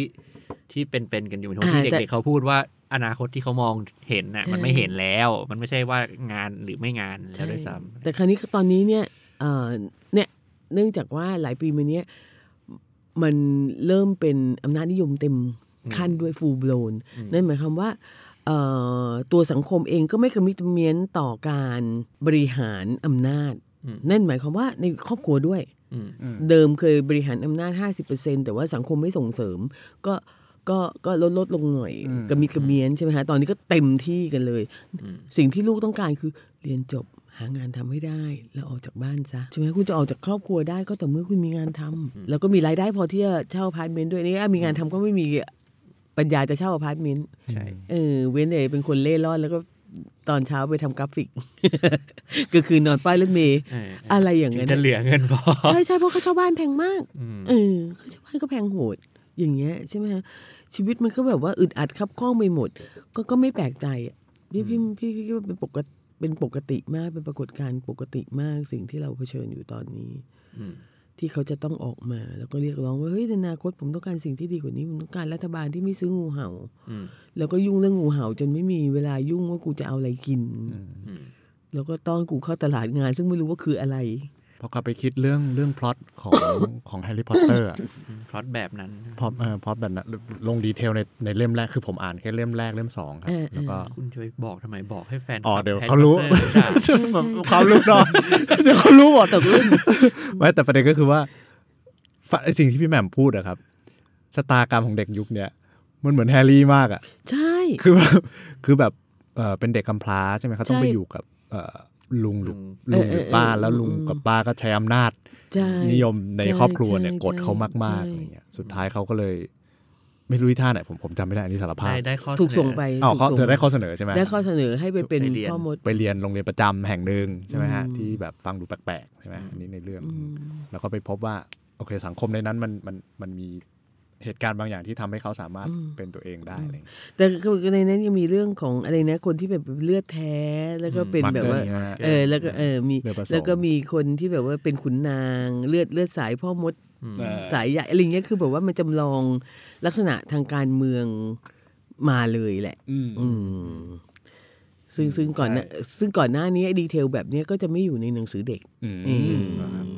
ที่เป็นเป็นกันอยู่หมายถึงว่าที่เด็กๆเขาพูดว่าอนาคตที่เขามองเห็นน่ะมันไม่เห็นแล้ว มันไม่ใช่ว่างานหรือไม่งานแล้วด้วยซ้ แต่คราวนี้ตอนนี้เนี่ยเอ่อเนี่ยเนื่องจากว่าหลายปีมาเนี้ย มันเริ่มเป็นอำนาจนิยมเต็มขั้นด้วยฟูบ l ลน อืม นั่นหมายความว่าเอ่อตัวสังคมเองก็ไม่คอมมิตเมนต์ต่อการบริหารอำนาจ อืม นั่นหมายความว่าในครอบครัวด้วย อืม อืม เดิมเคยบริหารอำนาจ 50%แต่ว่าสังคมไม่ส่งเสริม ก็ก็ก็ลดลดลงหน่อย อืม กระมิดกระเมียนใช่ไหมฮะตอนนี้ก็เต็มที่กันเลย อืม สิ่งที่ลูกต้องการคือเรียนจบหางานทำให้ได้ แล้วออกจากบ้านซะใช่ไหมคุณจะออกจากครอบครัวได้ก็แต่อเมื่อคุณมีงานทำ อืม แล้วก็มีรายได้พอที่จะเช่าอพาร์ตเมนต์ด้วยนี่อ่ะมีงานทำก็ไม่มีปัญญาจะเช่าอพาร์ตเมนต์ ใช่ เออเว้นเลยเป็นคนเล่ร่อนแล้วก็ตอนเช้าไปทำกราฟิก ก็คือนอนป้ายรถเมย์ เออเออ อะไรอย่าง ถึง นั้น จะเหลือเงินพอ ใช่ใช่เพราะเขาเช่าบ้านแพงมาก อืม เออเขาชาวบ้านก็แพงโหด อย่างเงี้ยใช่ไหมฮะชีวิตมันก็แบบว่าอึดอัดครับข้องไปหมด ก็ก็ไม่แปลกใจอะพี่พี่พี่พี่คิดว่าเป็นปกติเป็นปกติมากเป็นปรากฏการณ์ปกติมากสิ่งที่เราเผชิญอยู่ตอนนี้ อืม ที่เขาจะต้องออกมา แล้วก็เรียกร้องว่าเฮ้ยในอนาคตผมต้องการสิ่งที่ดีกว่านี้ผมต้องการรัฐบาลที่ไม่ซื้องูเห่า อืม แล้วก็ยุ่งเรื่องงูเห่า จนไม่มีเวลายุ่งว่ากูจะเอาอะไรกิน อืม แล้วก็ต้อนกูเข้าตลาดงาน ซึ่งไม่รู้ว่าคืออะไร พอกลับไปคิดเรื่องเรื่องพล็อตของ ของแฮร์รี่พอตเตอร์ อืมพล็อตแบบนั้นนะ พอเอ่อพอแบบนั้นลงดีเทลในในเล่มแรกคือผมอ่านแค่เล่มแรกเล่มสองครับ เออเออ แล้วก็ คุณช่วยบอกทำไมบอกให้แฟน อ๋อ คลับ เดี๋ยว แฮ เขารู้ พอตตอร์ด่า แบบ ความรู้นอยเดี๋ยวเขารู้หมดตกรุ่น ไม่แต่ประเด็นก็คือว่าฝไอ้สิ่งที่พี่แหม่มพูดอะครับชะตากรรมของเด็กยุคเนี้ยมันเหมือนแฮร์รี่มากอะ ใช่ คือแบบคือแบบเอ่อเป็นเด็กกำพร้าใช่ไหมเขาต้องไปอยู่กับเอ่อลุงหรือลุงหรือป้าแล้วลุงกับป้าก็ใช้อำนาจ ใช่ นิยมใน ใช่ ครอบครัวเนี่ย ใช่ กดเขามาก ใช่ ๆอะไรเงี้ยสุดท้ายเขาก็เลย ไม่รู้ที่ท่าไหนผมผมจำไม่ได้อันนี้สารภา ได้ พ ได้ข้อเสนอ ถูกส่งไป อ๋อเขา ถูกส่ง เธอได้ข้อเสนอใช่ไหม ได้ข้อเสนอให้ไปเป็น ไปเรียน พ่อมด ไปเรียนโรงเรียนประจำแห่งหนึ่งใช่ไหมฮะ อืม ที่แบบฟังดูแปลกๆใช่ไหมอันนี้ในเรื่อง อืม แล้วก็ไปพบว่า โอเคสังคมในนั้นมันมันมันมีเหตุการณ์บางอย่างที่ทำให้เขาสามารถเป็นตัวเองได้อะไรเงี้ย แต่คือในนั้นยังมีเรื่องของอะไรนะคนที่แบบเลือดแท้แล้วก็เป็น มัก แบบ เรื่อ ว่าง นี้นะฮะ เออแล้วก็เออมี เลือดผสม แล้วก็มีคนที่แบบว่าเป็นขุนนางเลือดเลือดสายพ่อมด อืม เออ สายใหญ่อะไรเงี้ยคือแบบว่ามันจำลองลักษณะทางการเมืองมาเลยแหละ อืม อืมซึ่งซึ่งก่อนหน้า ใช่ ซึ่งก่อนหน้านี้ดีเทลแบบเนี้ยก็จะไม่อยู่ในหนังสือเด็ก อืม อืม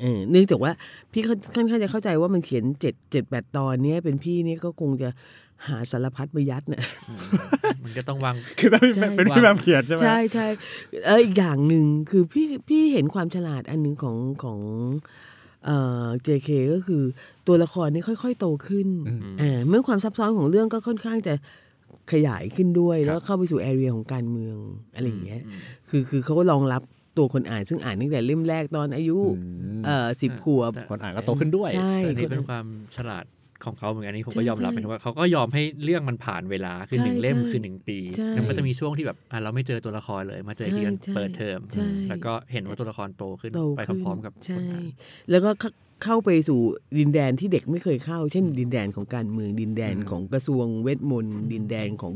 เออเนื่องจากว่าพี่ค่อนค่อนข้างจะเข้าใจว่ามันเขียนเจ็ดเจ็ดแปดตอนเนี้ยเป็นพี่นี่ก็คงจะหาสารพัดประยัดเนี่ย มันก็ต้องวาง คือถ้าพี่แหม่มเป็นพี่แหม่มเขียนใช่ไหม ใช่ใช่เอออีกอย่างหนึ่งคือพี่พี่เห็นความฉลาดอันหนึ่งของของเอ่อ JK ก็คือตัวละครนี่ค่อย ๆ โตขึ้นอ่าเมื่อความซับซ้อนของเรื่องก็ค่อนข้างจะขยายขึ้นด้วย แล้วเข้าไปสู่แอเรียของการเมืองอะไรอย่างเงี้ยคือคือเขาก็รองรับตัวคนอ่านซึ่งอ่านตั้งแต่เล่มแรกตอนอายุ อืม เอ่อสิบขวบ คนอ่านก็โตขึ้นด้วย ใช่ แต่อัน ค นี่เป็น นความฉลาดของเขาเหมือนกันอันนี้ผม ใช่ ก็ยอมรับ ใช่ เป็นว่าเขาก็ยอมให้เรื่องมันผ่านเวลาคือ ใช่ หนึ่งเล่ม ใช่ คือหนึ่งปี ใช่ แล้วมันก็จะมีช่วงที่แบบอ่ะเราไม่เจอตัวละครเลยมาเจอ ใช่ เดือน ใช่ เปิดเทอม ใช่ แล้วก็เห็นว่าตัวละครโตขึ้น โต ไป ขึ้น พร้อมๆกับค ใช่ นนั้น แล้วก็เข้าเข้าไปสู่ดินแดนที่เด็กไม่เคยเข้า เช่น ดินแดนของการเมืองดินแดนของกระทรวงเวทมนต์ดินแดนของ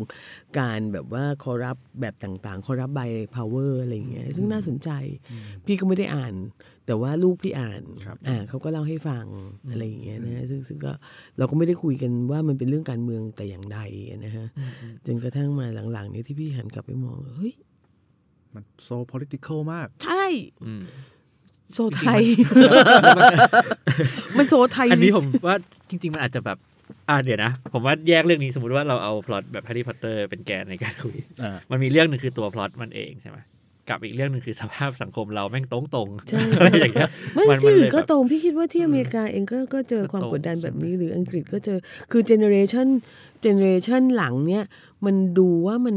การแบบว่าคอรับแบบต่างๆคอรับใบพาวเวอร์อะไรอย่างเงี้ยซึ่งน่าสนใจ พี่ก็ไม่ได้อ่าน แต่ว่าลูกพี่อ่าน ครับ อ่าเขาก็เล่าให้ฟังอะไรอย่างเงี้ยนะซึ่งซึ่งก็เราก็ไม่ได้คุยกันว่ามันเป็นเรื่องการเมืองแต่อย่างใดนะฮะ อืมอืม จนกระทั่งมาหลังๆเนี่ยที่พี่หันกลับไปมองเฮ้ย มันโซ political มาก ใช่ อืม โซไทย มันโซไทย อันนี้ผมว่าจริง ๆ มันอาจจะแบบอ่ะเดี๋ยวนะ ผมว่าแยกเรื่องนี้สมมติว่าเราเอาพล็อตแบบแฮร์รี่พอตเตอร์เป็นแกนในการคุย อ่า มันมีเรื่องหนึ่งคือตัวพล็อตมันเองใช่ไหมกับอีกเรื่องหนึ่งคือสภาพสังคมเราแม่งตรงตรงๆ ใช่ อะไรอย่างเงี้ย ไม่ มัน ที่ มัน อื่น เลย ก็ แบบ ตรงพี่คิดว่าที่อเมริกาเองก็ก็เจอ ก็ ความ ตรง กดดันแบบ ใช่ไหม นี้หรืออังกฤษก็เจอคือเจเนอเรชันเจเนอเรชันหลังเนี่ยมันดูว่ามัน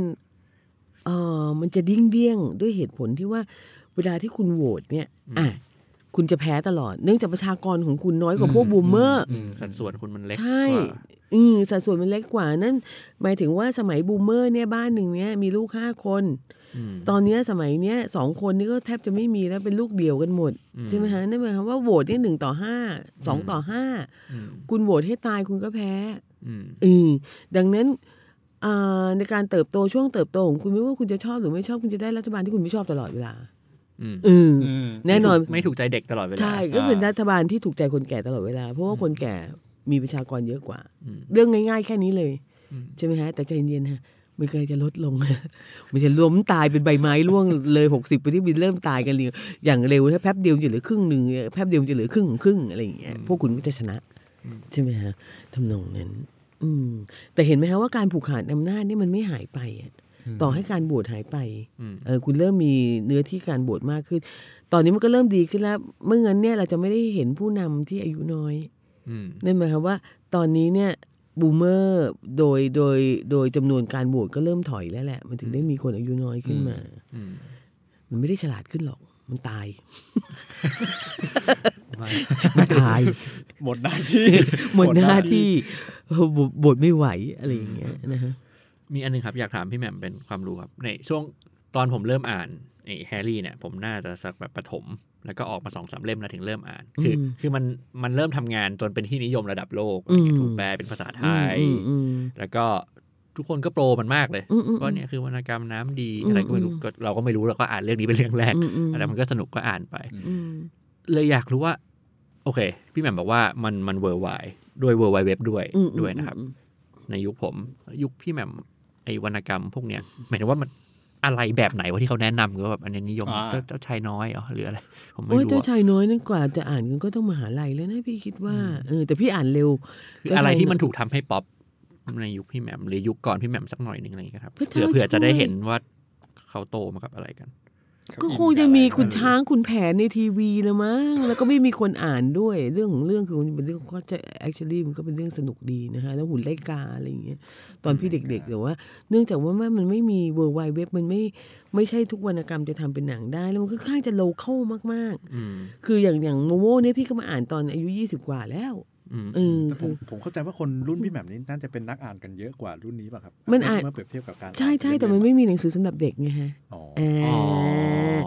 เออมันจะดิ้งเดี้ยงด้วยเหตุผลที่ว่าเวลาที่คุณโหวตเนี่ยอ่ะคุณจะแพ้ตลอด เนื่องจากประชากรของคุณน้อยกว่าพวกบูมเมอร์ มสัดส่วนคุณมันเล็ก ใช่ กว่า อืมสัดส่วนมันเล็กกว่านั่นหมายถึงว่าสมัยบูมเมอร์เนี่ยบ้านหนึ่งเนี่ยมีลูกห้าคน อืม ตอนเนี้ยสมัยเนี้ยสองคนนี่ก็แทบจะไม่มีแล้วเป็นลูกเดียวกันหมด อืม ใช่ไหมฮะนั่นหมายความว่าโหวตเนี่ยหนึ่งต่อห้าสองต่อห้า อืม คุณโหวตให้ตายคุณก็แพ้ อืม เออดังนั้นอ่าในการเติบโตช่วงเติบโตของคุณไม่ว่าคุณจะชอบหรือไม่ชอบคุณจะได้รัฐบาลที่คุณไม่ชอบตลอดเวลา อืม เออ แน่นอน ไม่ถูกใจเด็กตลอดเวลา ใช่ก็เป็นรัฐบาลที่ถูกใจคนแก่ตลอดเวลา เพราะว่าคนแก่มีประชากรเยอะกว่า อืม เรื่องง่าย ๆ แค่นี้เลย อืม ใช่ไหมฮะแต่ใจเย็นๆฮะ มันกำลังจะลดลง มันจะล้มตายเป็นใบไม้ร่วง เลยหกสิบไปที่บินเริ่มตายกันเร็วอย่างเร็วถ้าแป๊บเดียวจะเหลือครึ่งหนึ่งแป๊บเดียวจะเหลือครึ่งของครึ่งอะไรอย่างเงี้ยพวกคุณก็จะชนะ ใช่ไหมฮะทำนองนั้น อืม แต่เห็นไหมฮะว่าการผูกขาดอำนาจนี่มันไม่หายไปอะต่อให้การบวชหายไป อืม เออคุณเริ่มมีเนื้อที่การบวชมากขึ้น ตอนนี้มันก็เริ่มดีขึ้นแล้ว เมื่อเงินเนี่ยเราจะไม่ได้เห็นผู้นำที่อายุน้อย อืม นั่นหมายความว่าตอนนี้เนี่ยบูมเมอร์โดยโดยโดยจำนวนการโหวตก็เริ่มถอยแล้วแหละ มันถึงได้มีคนอายุน้อยขึ้นมา อืม มันไม่ได้ฉลาดขึ้นหรอก มันตาย ไม่ มันตาย หมดหน้าที่ หมดหน้าที่บทไม่ไหวอะไรอย่างเงี้ยนะฮะ มีอันหนึงครับ อยากถามพี่แหม่มเป็นความรู้ครับ ในช่วงตอนผมเริ่มอ่านไอ้แฮร์รี่เนี่ย ผมน่าจะสักแบบประถม แล้วก็ออกมาสองสามเล่มแล้วถึงเริ่มอ่าน คืออคือมันมันเริ่มทำงานจนเป็นที่นิยมระดับโลกอะไรเงี้ยถูกแปลเป็นภาษาไทย อืม แล้วก็ทุกคนก็โปรมันมากเลย อืมอืม ว่าเนี่ยคือวรรณกรรมน้ำดี อืม อะไรก็ไม่รู้ อืม ก็เราก็ไม่รู้เราก็อ่านเรื่องนี้เป็นเรื่องแรก อืมอืม แต่มันก็สนุกก็อ่านไป อืม เลยอยากรู้ว่า โอเค พี่แหม่มบอกว่ามันมันเวอร์ไวด้วยเวอร์ไวเว็บด้วย อืม ด้วยนะครับ อืม ในยุคผม ยุคพี่แหม่มไอวรรณกรรมพวกเนี้ยหมายถึงว่ามันอะไรแบบไหนวะที่เขาแนะนำคือว่าแบบอันนี้นิยม อ่า เจ้าเจ้าชายน้อยเหรอหรืออะไร ผมไม่ โอ้ย รู้ เจ้า อะ ชายน้อยนั่นกว่าจะอ่านกันก็ต้องมหาลัยแล้วนะพี่คิดว่าเออแต่พี่อ่านเร็ว คืออะไรที่มันถูกทำให้ป๊อปในยุคพี่แหม่มหรือยุคก่อนพี่แหม่มสักหน่อยหนึ่งอะไรอย่างเงี้ยครับ พระเจ้า เผื่อเผื่อจะ ช่วย ได้เห็นว่าเขาโตมากับอะไรกัน ก็คงจะมีคุณช้างคุณแผนในทีวีแล้วมั้งแล้วก็ไม่มีคนอ่านด้วยเรื่องของเรื่องคือมันเป็นเรื่องของเขาจะ actually มันก็เป็นเรื่องสนุกดีนะฮะแล้วหุ่นไล่กาอะไรอย่างเงี้ยตอนพี่เด็กๆแต่ว่า เนื่องจากว่ามันไม่มีเวอร์ไวเว็บมันไม่ไม่ใช่ทุกวรรณกรรมจะทำเป็นหนังได้ แล้วมันค่อนข้างจะโลเคอลมาก อืม ๆ คืออย่างอย่างโมโมเนี่ยพี่ก็มาอ่านตอนอายุ 20 กว่าแล้ว อืม เออ แต่ผ คื ม อ ผมเข้าใจว่าคนรุ่นพี่แหม่มนี้น่าจะเป็นนักอ่านกันเยอะกว่ารุ่นนี้ป่ะครับ มันอ่าน เมื่อเปรียบเทียบกับการ ใช่ใช่แต่มันไม่มีหนังสือสำหรับเด็กไงฮะ อ๋อ อ่า อ๋อ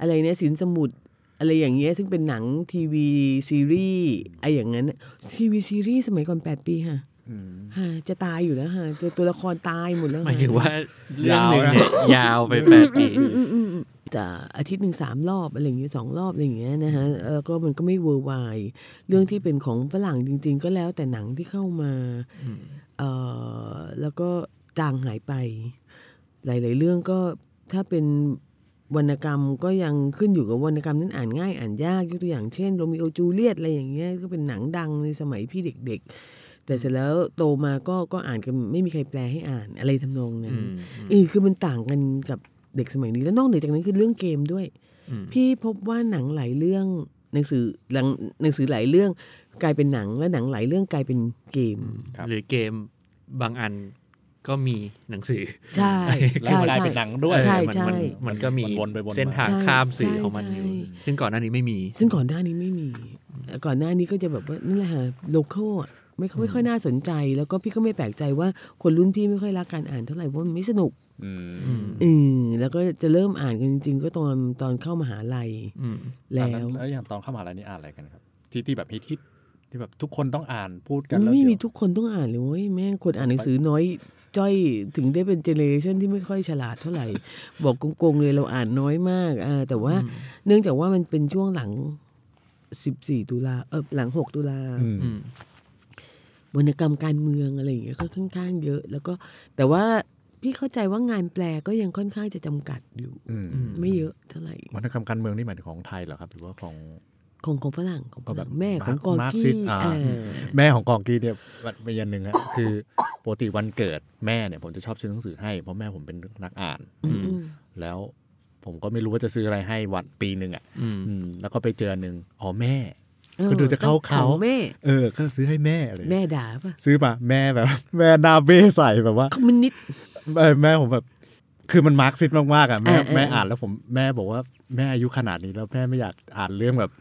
อะไรเนี่ยสินสมุดอะไรอย่างเงี้ยซึ่งเป็นหนังทีวีซีรีส์ไอะไรอย่างนั้นทีวีซีรีส์สมัยก่อน 8 ปีฮะ อืม ฮะจะตายอยู่แล้วฮะจะตัวละครตายหมดแล้หวฮะ มายถึงว่าเรื่องหนึ่งเนี่ยยาวไปแปดปี อืมอืมอืมอืมแต่อาทิตย์หนึ่งสามรอบอะไรอย่างเงี้ยสองรอบอะไรอย่างเงี้ยนะฮะแล้วก็มันก็ไม่เวอร์ไวายเรื่องที่เป็นของฝรั่งจริง ๆ ก็แล้วแต่หนังที่เข้ามา อืม เออแล้วก็จางหายไป หลาย ๆ เรื่องก็ถ้าเป็นวรรณกรรมก็ยังขึ้นอยู่กับวรรณกรรมนั้นอ่านง่ายอ่านยากยกตัวอย่างเช่นโรมิโอจูเลียตอะไรอย่างเงี้ยก็เป็นหนังดังในสมัยพี่เด็ก ๆ แต่เสร็จแล้วโตมาก็ก็อ่านกันไม่มีใครแปลให้อ่านอะไรทำนองนั้นเออคือมันต่างกันกับเด็กสมัยนี้แล้วนอกเหนือจากนั้นคือเรื่องเกมด้วย พี่พบว่าหนังหลายเรื่องหนังสือหนังหนังสือหลายเรื่องกลายเป็นหนังและหนังหลายเรื่องกลายเป็นเกม ครับ หรือเกมบางอันก็มีหนังสือ ใช่ แล้ว ใช่ กลาย ใช่ เป็นหนังด้วย เออ ใช่ มัน ใช่ มันมันก็มี มันวนไปวนมา เส้นทาง ใช่ ข้ามสื่อของมัน ใช่ อยู่ ใช่ ซึ่งก่อนหน้านี้ไม่มี ซึ่งก่อนหน้านี้ไม่มี ก่อนหน้านี้ก็จะแบบว่านั่นแหละฮะโลเคอลไม่ค่อยไม่ค่อยน่าสนใจ แล้วก็พี่ก็ไม่แปลกใจว่าคนรุ่นพี่ไม่ค่อยรักการอ่านเท่าไหร่เพราะมันไม่สนุก อืม อืม อืมแล้วก็จะเริ่มอ่านกันจริง ๆ ก็ตอนตอนเข้ามหาลัย อืม ตอน แล้ นั้น ว แล้วอย่างตอนเข้ามหาลัยนี่อ่านอะไรกันครับ ที่ที่แบบฮิตฮิตๆที่แบบทุกคนต้องอ่านพูดกั มัน น แล้ว ไม่ เดี๋ยว มีทุกคนต้องอ่านเลยเว้ยแม่งคนอ่านหนังสือน้อย จ้อยถึงได้เป็นเจเนเรชันที่ไม่ค่อยฉลาดเท่าไหร่ บอกโกงๆเลยเราอ่านน้อยมากอ่าแต่ว่าเนื่องจากว่ามันเป็นช่วงหลัง 14 ตุลาเออหลัง 6 ตุลา อืม อืม วรรณกรรมการเมืองอะไรอย่างเงี้ยก็ค่อนข้างเยอะ แล้วก็แต่ว่าพี่เข้าใจว่างานแปลก็ยังค่อนข้างจะจำกัดอยู่ อืม ไม่เยอะเท่าไหร่ วรรณกรรมการเมืองนี่หมายถึงของไทยเหรอครับ หรือว่าของ ของของฝรั่งของฝ ก็แบ รั่ บ งแม่ของกอ มาร์กซิ กี้ สต์อ่า เออ แม่ของกองกีเนี่ยมันมีอันหนึ่งฮะ คือปกติวันเกิดแม่เนี่ยผมจะชอบซื้อหนังสือให้เพราะแม่ผมเป็นนักอ่าน อืมอืม แล้วผมก็ไม่รู้ว่าจะซื้ออะไรให้วันปีหนึ่งอ่ะ อืม อืมแล้วก็ไปเจออันหนึ่งอ๋อแม่ ออ ก็ดูจะเข้าเขา ของแม่ เออ ก็ซื้อให้แม่อะไรอย่าง แม่ เงี้ย ด่าป่ะ ซื้อมาแม่แบบ แม่หนาเบ้ใส่แบบว่า คอมมิว นิสต์ เออแม่ผมแบบ คือมันมาร์กซิดมากๆอ่ะแม่ เออเออ แม่อ่านแล้วผมแม่บอกว่าแม่อายุขนาดนี้แล้วแม่ไม่อยากอ่านเรื่องแบบ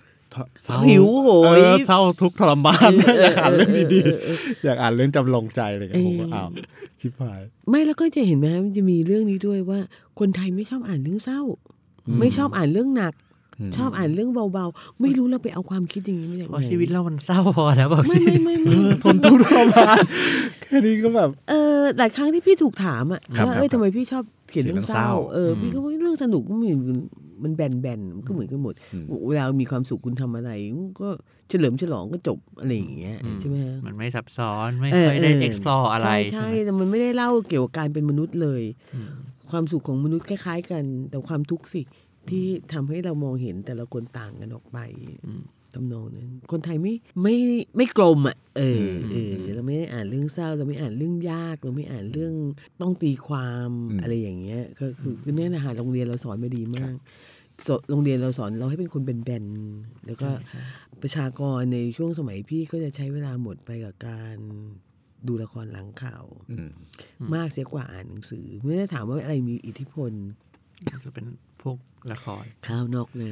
เศร้า หิวโห เอย อเศร้าทุกข์ทรมานอยากอ่านเรื่องดี เออเออ ๆอยากอ่านเรื่องจำลองใจอะไรเลย เออ ผมก็อ้าวชิบหาย ไม่แล้วก็จะเห็นไหมฮะมันจะมีเรื่องนี้ด้วยว่า คนไทยไม่ชอบอ่านเรื่องเศร้า ไม่ชอบอ่านเรื่องหนัก ชอบอ่านเรื่องเบาๆ ไม่รู้เราไปเอาความคิดอย่างนี้มาจาก เพ ไห ราะ น ชีวิตเรามันเศร้าพอแล้วแบบ ไม่ไม่ไม่ไม่ เออทนทุกข์ทรมาน แค่นี้ก็แบบ เออหลายครั้งที่พี่ถูกถามอะ ครับคว่ารับ เอ้คยรับ ทำไมพี่ชอบเขียนเรื่องเศร้า เขียนเรื่องเศร้า เอออพี่ก็ว่าเรื่องสนุกก็มี มันแบนๆมันก็เหมือนกันหมด อืม เวลามีความสุขคุณทำอะไรก็เฉลิมฉลองก็จบอะไรอย่างเงี้ย อืม ใช่ไหมฮะ มันไม่ซับซ้อนไม่ เออ ค่อยได้ เออ explore อะไร ใช่ ใช่ ใช่ ไหม แต่มันไม่ได้เล่าเกี่ยวกับการเป็นมนุษย์เลย อืม ความสุขของมนุษย์คล้ายๆกัน แต่ความทุกข์สิ ที่ทำให้เรามองเห็นแต่ละคนต่างกันออกไป อืม ตำนองนั้นคนไทยไม่ไม่ไม่กลมอ่ะเออ ม เออเราไม่ได้อ่านเรื่องเศร้า เราไม่อ่านเรื่องยากเราไม่อ่านเรื่องต้องตีความ อืม อะไรอย่างเงี้ย ก็คือคือเนี่ยนะฮะโรงเรียนเราสอนมาดีมากสอนโรงเรียนเราสอนเราให้เป็นคนเป็นแบนๆแล้วก็ ประชากรในช่วงสมัยพี่ก็จะใช้เวลาหมดไปกับการดูละครหลังข่าว อืม มากเสียกว่าอ่านหนังสือ ไม่ได้ถามว่าอะไรมีอิทธิพล จะเป็นพวกละคร ข้าวนอกนา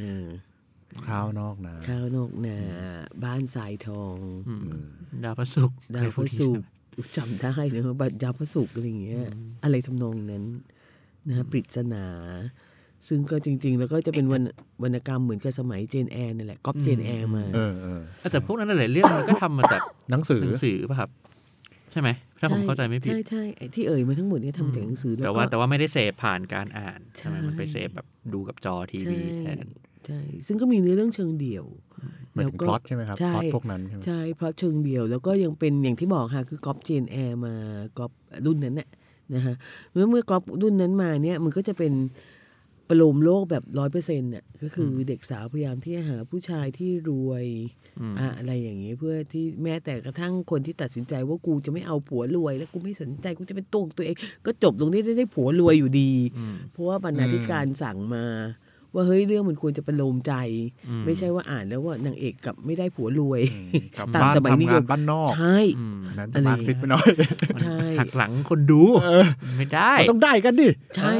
ข้าวนอกนะ ข้าวนอกนาบ้านทรายทอง อืม อืม ดาวพระศุกร์ ดาวพระศุกร์จำได้เนอะบัดดาวพระศุกร์อะไรอย่างเงี้ย อะไรทำนองนั้นนะฮะปริศนา ซึ่งก็จริง ๆ แล้วก็จะเป็นวรรณวรรณกรรมเหมือนกับสมัยเจนแอร์นั่นแหละก๊อปเจนแอร์มา เออเออ แต่พวกนั้นหลายๆเรื่องมันก็ทำมาจาก หนังสือ หนังสือป่ะครับ ใช่ไหม ถ้าผม ช่ เข้าใจไม่ผิด ใช่ใช่ไอ้ที่เอ่ยมาทั้งหมดเนี่ยทำจากหนังสือล้ แต่ ก็ ว่าแต่ว่าไม่ได้เสพผ่านการอ่าน ใช่ ใช่ไหมมันไปเสพแบบดูกับจอทีวีแทน ใช่ซึ่งก็มีเนื้อเรื่องเชิงเดี่ยว หมายถึงพล็อตใช่ไหมครับ ใช่ พล็อตพวกนั้นใช่ไหม ใช่เพราะเชิงเดี่ยวแล้วก็ยังเป็นอย่างที่บอกค่ะคือก๊อปเจนแอร์มาก๊อปรุ่นนั้นน่ะนะฮะเมื่อเมื่อก๊อปรุ่นนั้นมาเนี่ยมันก็จะเป็นประโลมโลกแบบร้อยเปอร์เซ็นต์น่ะก็คืออเด็กสาวพยายามที่จะหาผู้ชายที่รวย อืม อะอะไรอย่างเงี้ยเพื่อที่แม้แต่กระทั่งคนที่ตัดสินใจว่ากูจะไม่เอาผัวรวย แล้วกูไม่สนใจกูจะเป็นตัวของตัวเองก็จบลงที่ได้ได้ผัวรวยอยู่ดี อืม เพราะว่าบรรณาธิการสั่งมา ว่าเฮ้ยเรื่องมันควรจะประโลมใจ อืม ไม่ใช่ว่าอ่านแล้วว่านางเอกกลับไม่ได้ผัวรวย อืมกลับ ตาม บ้าน สมัยนิ ทำ ย งาม นบ้านนอก ใช่ อืม อันนั้น อะ จะ ไร มากซิดไปหน่อย ใช่ หักหลังคนดู เออ ไม่ได้ มันต้องได้กันดิ ใช่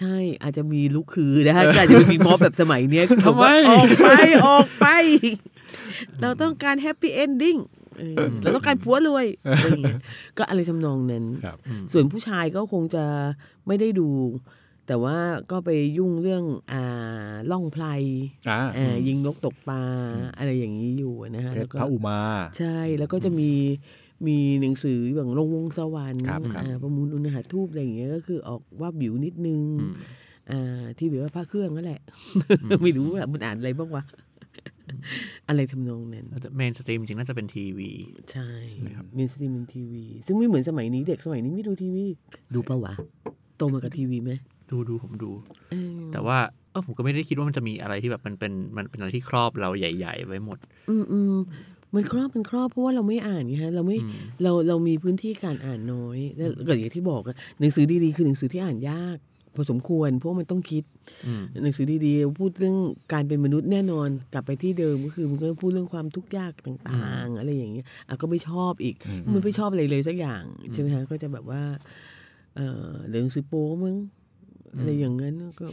ใช่อาจจะมีลุกคือนะฮะแต่อาจจะไม่มีม็อบแบบสมัยเนี้ยคือแบบว่าออกไปออกไป เราต้องการแฮปปี้เอนดิ้งเออเราต้องการผัวรวยอะไรอย่างเงี้ยก็อะไรทำนองนั้น ครับ อืม ส่วนผู้ชายก็คงจะไม่ได้ดู แต่ว่าก็ไปยุ่งเรื่องอ่าล่องไพร อ่า เอ่อยิงนกตกปลาอะไรอย่างนี้อยู่นะฮะ เพ แล้ว ชร ก็ พระอุมา ใช่แล้วก็จะมีมีหนังสืออย่างลงวงสวรรค์ ครับครับ อ่าประมูลอุณหทูปอะไรอย่างเงี้ยก็คือออกว่าบวิวนิดนึง อืม อ่าที่เหลือพระเครื่องนั่นแหละ ไม่รู้ว่ามันอ่านอะไรบ้างวะ อะไรทำนองนั้น เมนสตรีมจริงน่าจะเป็นทีวี ใช่มินสตรีมทีวี ซึ่งไม่เหมือนสมัยนี้เด็กสมัยนี้ไม่ดูทีวี ดูปะวะโตมากับทีวีไหม ดูดูผมดู เออ แต่ว่าเออผมก็ไม่ได้คิดว่ามันจะมีอะไรที่แบบมันเป็นมันเป็นอะไรที่ครอบเราใหญ่ ๆ ไว้หมด อืมอืมมันครอบมันครอบเพราะว่าเราไม่อ่านไงฮะเราไม่ อืม เราเรามีพื้นที่การอ่านน้อยแล้วเกิดอย่างที่บอกอะหนังสือดีๆคือหนังสือที่อ่านยากพอสมควรเพราะมันต้องคิด อืม หนังสือดีๆ พูดเรื่องการเป็นมนุษย์แน่นอน กลับไปที่เดิมก็คือมันก็พูดเรื่องความทุกข์ยากต่างๆ อะไรอย่างเงี้ยอ่ะก็ไม่ชอบอีก อืม มันไม่ชอบอะไรเลยสักอย่างใช่ไหมฮะก็จะแบบว่าเออหรือหนังสือโป้มึงอะไรอย่างเงี้ยก็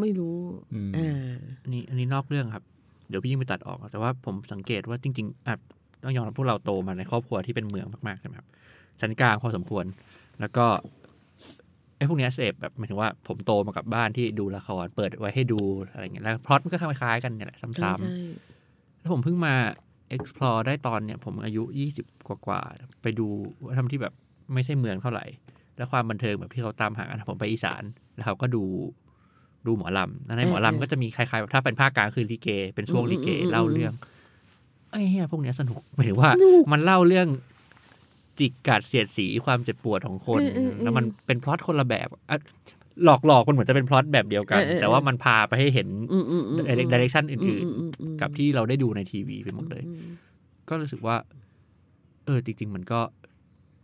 ไม่รู้ อืม อ่า อันนี้อันนี้นอกเรื่องครับ เดี๋ยวพี่ยิ่งไปตัดออก แต่ว่าผมสังเกตว่าจริงๆอ่ะต้องยอมรับพวกเราโตมาในครอบครัวที่เป็นเมืองมากๆใช่ไหมครับชั้นกลางพอสมควร แล้วก็ไอ้พวกเนี้ยเสพแบบหมายถึงว่าผมโตมากับบ้านที่ดูละครเปิดไว้ให้ดูอะไรอย่างเงี้ยแล้วพล็อตมันก็คล้ายๆกันเนี่ยแหละ ใช่ ซ้ำๆ ใช่ แล้วผมเพิ่งมา explore ได้ตอนเนี่ย ผมอายุยี่สิบกว่าๆ ไปดูว่าทำที่แบบไม่ใช่เมืองเท่าไหร่ แล้วความบันเทิงแบบที่เขาตามหากันผมไปอีสาน แล้วเขาก็ดูดูหมอลำแล้วในหมอลำก็จะมีคล้ายๆแบบถ้าเป็นภาคกลางคือลิเก เป็นช่วงลิเกเล่าเรื่องไอ้เหี้ยพวกเนี้ยสนุก หมายถึงว่า มันเล่าเรื่องจิกกัดเสียดสีความเจ็บปวดของคน แล้วมันเป็นพล็อตคนละแบบอะหลอกหลอกๆมันเหมือนจะเป็นพล็อตแบบเดียวกัน แต่ว่ามันพาไปให้เห็น อืมอืมอืม ดิเรกชันอื่น ๆ มอืม กับที่เราได้ดูในทีวีไปหมดเลย อืม ก็รู้สึกว่า เออจริง ๆ มันก็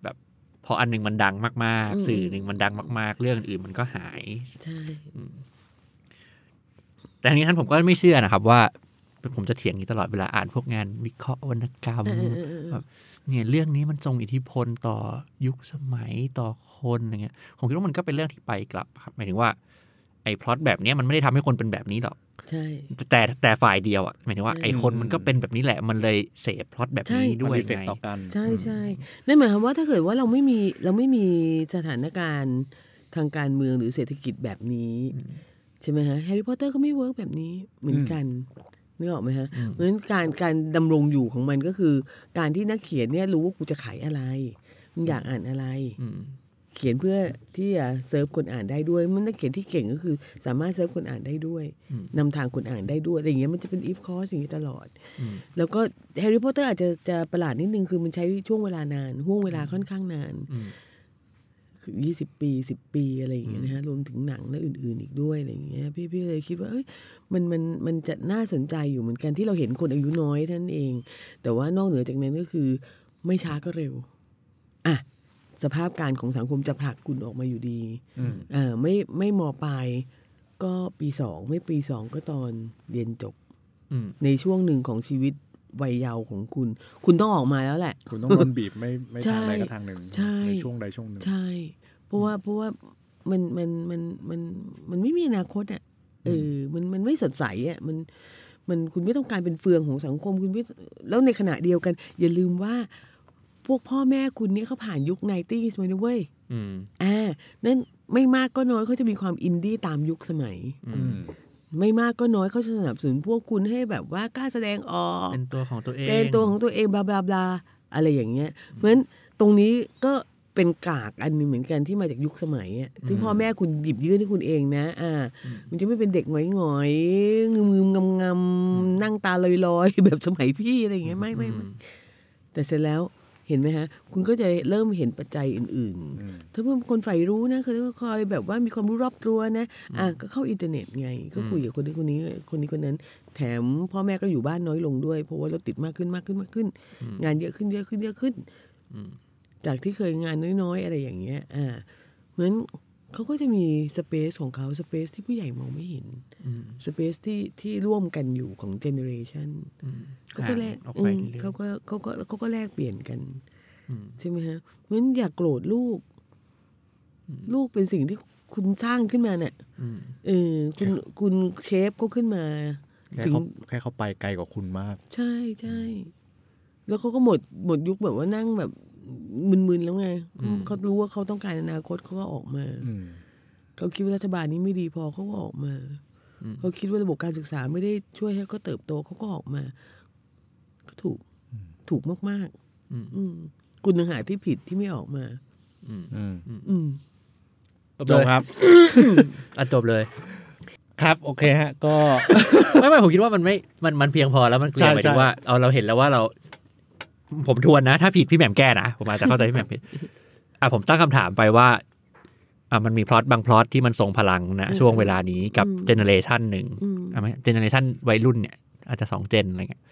แบบพออันหนึ่งมันดังมาก อืม ๆ สื่อหนึ่งมันดังมาก ๆ เรื่องอื่นมันก็หาย ใช่ แต่ทั้งนี้ท่านผมก็ไม่เชื่อนะครับ ว่า ผมจะเถียงอยู่ตลอดเวลาอ่านพวกงานวิเคราะห์วรรณกรรม เออเออเออ แบบเนี่ยเรื่องนี้มันทรงอิทธิพลต่อยุคสมัยต่อคนอะไรเงี้ยผมคิดว่ามันก็เป็นเรื่องที่ไปกลับครับหมายถึงว่าไอ้พล็อตแบบเนี้ยมันไม่ได้ทำให้คนเป็นแบบนี้หรอก ใช่ แต่แต่ฝ่ายเดียวอ่ะหมายถึงว่า ใช่ ไอ้คนมันก็เป็นแบบนี้แหละมันเลยเสพพล็อตแบบนี้ด้วย มันมีเฟก ไง ต่อกัน ใช่ใช่นั่นหมายความว่าถ้าเกิดว่าเราไม่มีเราไม่มีสถานการณ์ทางการเมืองหรือเศรษฐกิจแบบนี้ใช่ไหมฮะแฮร์รี่พอตเตอร์ก็ไม่เวิร์กแบบนี้เหมือนกันนึกออกไหมฮะ อืม เพราะฉะนั้นการการดำรงอยู่ของมันก็คือ การที่นักเขียนเนี่ยรู้ว่ากูจะขายอะไรมึงอยากอ่านอะไร อืม เขียนเพื่อที่จะเซิร์ฟคนอ่านได้ด้วย มันนักเขียนที่เก่งก็คือ สามารถเซิร์ฟคนอ่านได้ด้วย อืม นำทางคนอ่านได้ด้วยอะไรอย่างเงี้ยมันจะเป็นอีฟคอร์สอย่างนี้ตลอด อืม แล้วก็แฮร์รี่พอตเตอร์อาจจะจะประหลาดนิดนึงคือมันใช้ช่วงเวลานานห่วงเวลาค่อนข้างนาน อืม คือยี่สิบปีสิบปีอะไรอย่างเงี้ย อืม นะฮะรวมถึงหนังและอื่นๆอีกด้วยอะไรอย่างเงี้ยพี่พี่เลยคิดว่าเอ้ยมันมันมันจะน่าสนใจอยู่เหมือนกันที่เราเห็นคนอายุน้อยเท่านั้นเอง แต่ว่านอกเหนือจากนั้นก็คือ ไม่ช้าก็เร็วอ่ะสภาพการของสังคมจะผลักคุณออกมาอยู่ดี อืม เออไม่ไม่มปลายก็ปีสองไม่ปีสองก็ตอนเรียนจบ อืม ในช่วงหนึ่งของชีวิตวัยเยาว์ของคุณ คุณต้องออกมาแล้วแหละ คุณต้องโดนบีบไม่ไม่ทางใดก็ทางหนึ่ง ใช่ ในช่วงใดช่วงหนึ่ง ใช่ เพราะว่าเพราะว่ามันมันมันมันมันไม่มีอนาคตอ่ะเออมันมันไม่สดใสอ่ะมันมันคุณไม่ต้องการเป็นเฟืองของสังคมคุณไม่แล้วในขณะเดียวกัน อย่าลืมว่า พวกพ่อแม่คุณเนี่ยเขาผ่านยุคไนตี้มาด้วยเวย อืม อ่านั่นไม่มากก็น้อยเขาจะมีความอินดี้ตามยุคสมัย อืม ไม่มากก็น้อยเขาจะสนับสนุนพวกคุณให้แบบว่ากล้าแสดงออก เป็นตัวของตัวเอง เป็นตัวของตัวเองบลาบลาบลาอะไรอย่างเงี้ย เพราะฉะนั้นตรงนี้ก็เป็นกากอันหนึงเหมือนกันที่มาจากยุคสมัยอ่ะซึ่ง อืม พ่อแม่คุณหยิบยื่นให้คุณเองนะ อ่า อืม มันจะไม่เป็นเด็กหงอยหงอยๆงืมงมๆงำๆนั่งตาลอยลอยๆ แบบสมัยพี่อะไรอย่างเงี้ยไม่ไม่ อื ไม่แต่เสร็จแล้วเห็นไหมฮะ คุณก็จะเริ่มเห็นปัจจัยอื่น อืม ๆ ถ้าเพื่อนคนใฝ่รู้นะคือคอยแบบว่ามีความรู้รอบตัวนะ อ่ะก็เข้าอินเทอร์เน็ตไง ก็คุยกับคนนี้คนนี้คนนี้คนนั้น แถมพ่อแม่ก็อยู่บ้านน้อยลงด้วย เพราะว่ารถติดมากขึ้นมากขึ้นมากขึ้น อืม งานเยอะขึ้นเยอะขึ้นเยอะขึ้น อืม จากที่เคยงานน้อยๆ อะไรอย่างเงี้ย อ่า เหมือนเขาก็จะมีสเปซของเขาสเปซที่ผู้ใหญ่มองไม่เห็น อืม สเปซที่ที่ร่วมกันอยู่ของเจเนอเรชัน อืม เขาก็แลก ห่างออก อื ไป ม เรื่อยๆ เขาก็เขาก็เขาก็แลกเปลี่ยนกัน อืม ใช่ไหมฮะเหมือนอย่ากโกรธลูก อืม ลูกเป็นสิ่งที่คุณสร้างขึ้นมาเนี่ย อืม เออคุณคุณเชฟก็ขึ้นมา แค่เขาแค่เขาไปไกลกว่าคุณมาก ใช่ใช่แล้วเขาก็หมดหมดยุคแบบว่านั่งแบบมึนๆแล้วไง อืม เขารู้ว่าเขาต้องการอนาคตเขาก็ออกมา อืม เขาคิดว่ารัฐบาลนี้ไม่ดีพอเขาก็ออกมา อืม เขาคิดว่าระบบการศึกษาไม่ได้ช่วยให้เขาเติบโตเขาก็ออกมา ก็ถูก อืม ถูกมาก อืม ๆ อืมคุณต่างหากที่ผิดที่ไม่ออกมา อืม อืม อืม จบครับ อ่ะจบเลย ครับ โอเคฮะ ก็ ไม่ ไม่ผมคิดว่ามันไม่ มันมันเพียงพอแล้วมันเคลีย ใช่ ร์หมายถึงว่าเอาเราเห็นแล้วว่าเรา ผมทวนนะ ถ้าผิดพี่แหม่มแก้นะ ผมอาจจะเข้ าใจพี่แหม่มผิดอ่ะผมตั้งคำถามไปว่าอ่ะมันมีพล็อตบางพล็อตที่มันทรงพลังนะ อืม ช่วงเวลานี้กับ อืม เจเนอเรชันหนึ่ง อืม อ่ะไหมเจเนอเรชันวัยรุ่นเนี่ย อาจจะสองเจนอะไรเงี้ย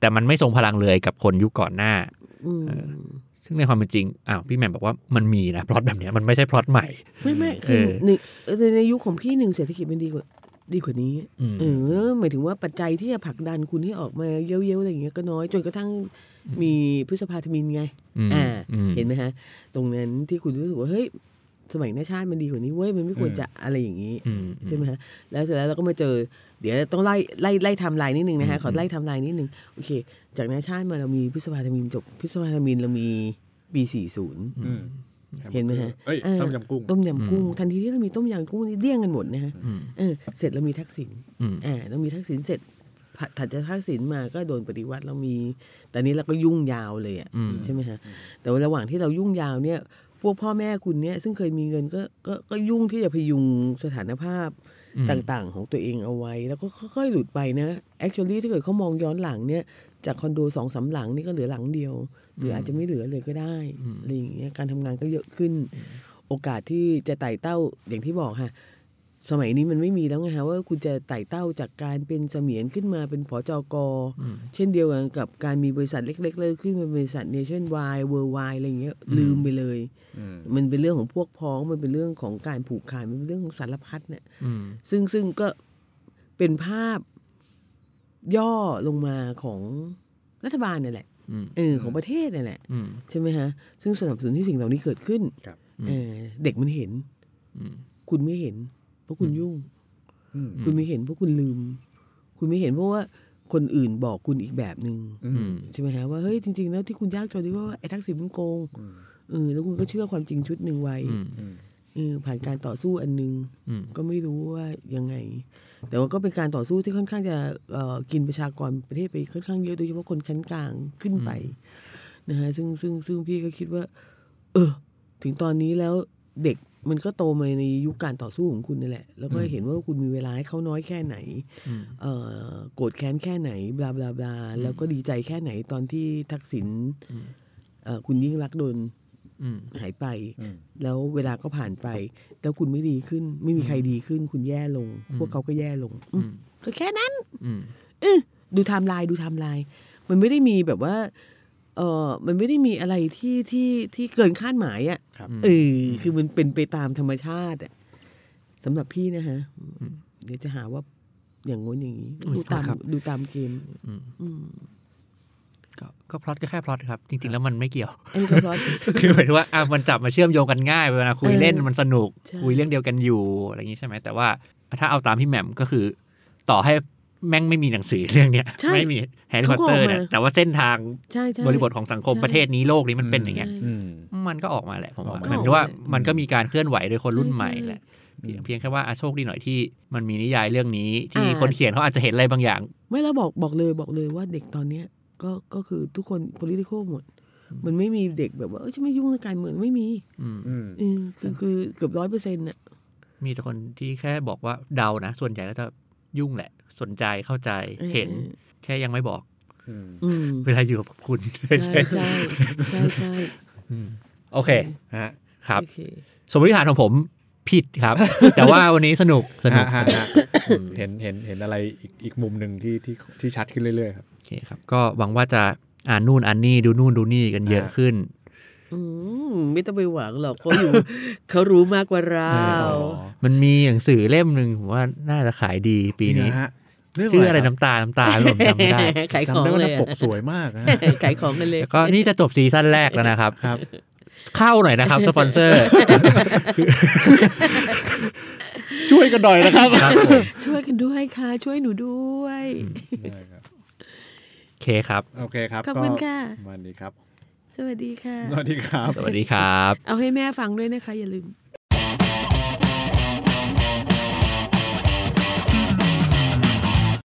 แต่มันไม่ทรงพลังเลยกับคนยุคก่อนหน้า อืม เออ ซึ่งในความเป็นจริงอ้าวพี่แหม่มบอกว่ามันมีนะพล็อตแบบเนี้ยมันไม่ใช่พล็อตใหม่ ไม่ไม่คือ เออ หนึ่งเออในยุคของพี่หนึ่งเศรษฐกิจมันดีกว่า ดีกว่านี้ อืม เออหมายถึงว่าปัจจัยที่จะผลักดันคุณให้ออกมาเย้ยวๆอะไรอย่างเงี้ยก็น้อย จนกระทั่งมีพฤษภาธมินไง ม อ่า อืม เห็นไหมฮะ ตรงนั้นที่คุณรู้สึกว่าเฮ้ยสมัยหน้าชาติมันดีกว่านี้เว้ยมันไม่ควร อืม จะอะไรอย่างนี้ อืม ใช่ไหมฮะแล้วเสร็จแล้วเราก็มาเจอ เดี๋ยวต้องไล่ไล่ไล่ไทม์ไลน์นิดนึงนะฮะ อืม ขอไล่ไทม์ไลน์นิดนึงโอเค จากหน้าชาติมาเรามีพฤษภาธมินจบพฤษภาธมินเรามีปีสี่ศูนย์ อืม เห็นไหมฮะ เอ้ย เออ ต้มยำกุ้ง ต้มยำกุ้งทันทีที่เรามีต้มยำกุ้งนี่เลี่ยงกันหมดนะฮะ อืม เออเสร็จเรามีทักษิณ อืม อ่าเรามีทักษิณเสร็จผัดถัดจากทักษิณมาก็โดนปฏิวัติเรามีแต่นี้เราก็ยุ่งยาวเลยอ่ะ อืม ใช่ไหมฮะแต่ว่าระหว่างที่เรายุ่งยาวเนี่ย พวกพ่อแม่คุณเนี่ย ซึ่งเคยมีเงินก็ก็ก็ยุ่งที่จะพยุงสถานภาพ อืม ต่างๆ ของตัวเองเอาไว้ แล้วก็ค่อยๆหลุดไปนะ actually ถ้าเกิดเขามองย้อนหลังเนี่ย จากคอนโดสองสามหลังนี่ก็เหลือหลังเดียว หรืออาจจะไม่เหลือเลยก็ได้ อืม อะไรอย่างเงี้ยการทำงานก็เยอะขึ้น โอกาสที่จะไต่เต้าอย่างที่บอกค่ะ สมัยนี้มันไม่มีแล้วไงฮะว่าคุณจะไต่เต้าจากการเป็นเสมียนขึ้นมาเป็นผอจอกอ อืม เช่นเดียวกันกับการมีบริษัทเล็กๆเลยขึ้นมาบริษัทเนชั่นวายเวิร์ไวอะไรอย่างเงี้ย อืม ลืมไปเลย อืม มันเป็นเรื่องของพวกพ้องมันเป็นเรื่องของการผูกขาดมันเป็นเรื่องของสารพัดเนี่ย อืม ซึ่งซึ่งก็เป็นภาพย่อลงมาของรัฐบาลนี่นแหละ อืม เออของประเทศนี่นแหละ อืม ใช่ไหมฮะ ซึ่งสนับสนุนที่สิ่งเหล่านี้เกิดขึ้น ครับ เออเด็กมันเห็น อืม คุณไม่เห็น เพราะคุณยุ่ง อืม คุณไม่เห็นเพราะคุณลืม คุณไม่เห็นเพราะว่าคนอื่นบอกคุณอีกแบบหนึ่ง อื อื ม ม ใช่ไหมฮะว่าเฮ้ยจริงๆแล้วที่คุณยากจนที่ว่าไอ้ทักษิณมันโกง อืม เออแล้วคุณก็เชื่อความจริงชุดหนึ่งไว้ อืม อืม เออผ่านการต่อสู้อันหนึ่ง อืม ก็ไม่รู้ว่ายังไง แต่ว่าก็เป็นการต่อสู้ที่ค่อนข้างจะเอ่อกินประชากรประเทศไปค่อนข้างเยอะโดยเฉพาะคนชั้นกลางขึ้นไปนะฮะซึ่งซึ่งซึ่งพี่ก็คิดว่า เออ ถึงตอนนี้แล้ว เด็กมันก็โตมาในยุคการต่อสู้ของคุณนี่แหละ แล้วก็เห็นว่าคุณมีเวลาให้เขาน้อยแค่ไหน อืม เอ่อโกรธแค้นแค่ไหนบลาบลาบลาแล้วก็ดีใจแค่ไหนตอนที่ทักษิณ อืม เอ่อคุณยิ่งรักษณ์โดน อืม หายไป อืม แล้วเวลาก็ผ่านไป แล้วคุณไม่ดีขึ้น ไม่มีใครดีขึ้น คุณแย่ลง อืม พวกเขาก็แย่ลงอื อื ม ม ก็แค่นั้น อืม ดูไทม์ไลน์ดูไทม์ไลน์มันไม่ได้มีแบบว่า เออมันไม่ได้มีอะไรที่ที่ที่เกินคาดหมายอะ่ะ ครับ เออคือมันเป็นไปตามธรรมชาติอะสำหรับพี่นะฮะ อืม เดี๋ยวจะหาว่าอย่างงู้นอย่างนี้ อุ๊ย ดูตาม โทษครับ ดูตามเกม อืม อืม ก็ก็พล็อตก็แค่พล็อตครับ จริง ๆ แล้วมันไม่เกี่ยว อันนี้ก็เพราะ คือหมายถึงว่าอ่ะมันจับมาเชื่อมโยงกันง่ายเวลาคุยเล่น เออ มันสนุก ใช่ คุยเรื่องเดียวกันอยู่อะไรอย่างนี้ใช่ไหมแต่ว่าถ้าเอาตามพี่แหม่มก็คือ ต่อให้แม่งไม่มีหนังสือเรื่องเนี้ย ใช่ ไม่มีแฮร์รี่พอตเตอร์เนี่ย เขาก็ออกมา แต่ว่าเส้นทาง ใช่ใช่ บริบทของสังคม ใช่ ประเทศนี้โลกนี้มันเป็นอย่างเงี้ย ใช่ อืม มันก็ออกมาแหละผมว่า ออกมา หมายถึงว่ามันก็มีการเคลื่อนไหวโดยคนรุ่น ใช่ ใหม่แหละ ใช่ เพียงเพียงแค่ว่าอ่ะโชคดีหน่อยที่มันมีนิยายเรื่องนี้ ที่ อ่า คนเขียนเขาอาจจะเห็นอะไรบางอย่าง ไม่แล้วบอกบอกเลยบอกเลยว่าเด็กตอนเนี้ย ก็ก็คือทุกคน political หมด มันไม่มีเด็กแบบว่าเอ้ยฉันไม่ยุ่งกับการเมืองไม่มี อืม อืม เออคือคือเกือบร้อยเปอร์เซ็นต์อ่ะ มีแต่คนที่แค่บอกว่าเดานะ ส่วนใหญ่ก็จะยุ่งแหละ สนใจเข้าใจเห็น แค่ยังไม่บอก อืม อืม เวลาอยู่กับคุณ ใช่ใช่ใช่ใช่ โอเค ฮะ ครับ โอเ สมมติฐานของผมผิดครับ แต่ว่าวันนี้สนุกสนุก ฮะฮะเห็นเห็นเห็นอะไรอีกอีกมุมหนึ่งที่ที่ที่ชัดขึ้นเรื่อยๆครับ โอเคครับ ก็หวังว่าจะอ่านนู่นอ่านนี่ดูนู่นดูนี่กันเยอะขึ้น อืมไม่ต้องไปหวังหรอกเขาอยู่ เขารู้มากกว่าเรา มันมีหนังสือเล่มหนึ่งผมว่าน่าจะขายดีปีนี้ ฮะเรื่อง ชื่ออะไร คบ น้ำตา น้ำตาผมจำไม่ได้ ขายขอจำงได้ว่าห เล น้าย ปกสวยมากนะฮะ ขายของกันเลย แล้วก็นี่จะจบซีซั่นแรกแล้วนะครับ ครับ เข้าหน่อยนะครับ สปอนเซอร์ ช่วยกันหน่อยนะครับ ครับผม ช่วยกันด้วยค่ะ ช่วยหนูด้วย ได้ครับ โอเคครับ โอเคครับ ขอบคุณค่ะ ก็วันนี้ครับ สวัสดีค่ะ สวัสดีครับ สวัสดีครับ เอาให้แม่ฟังด้วยนะคะ อย่าลืม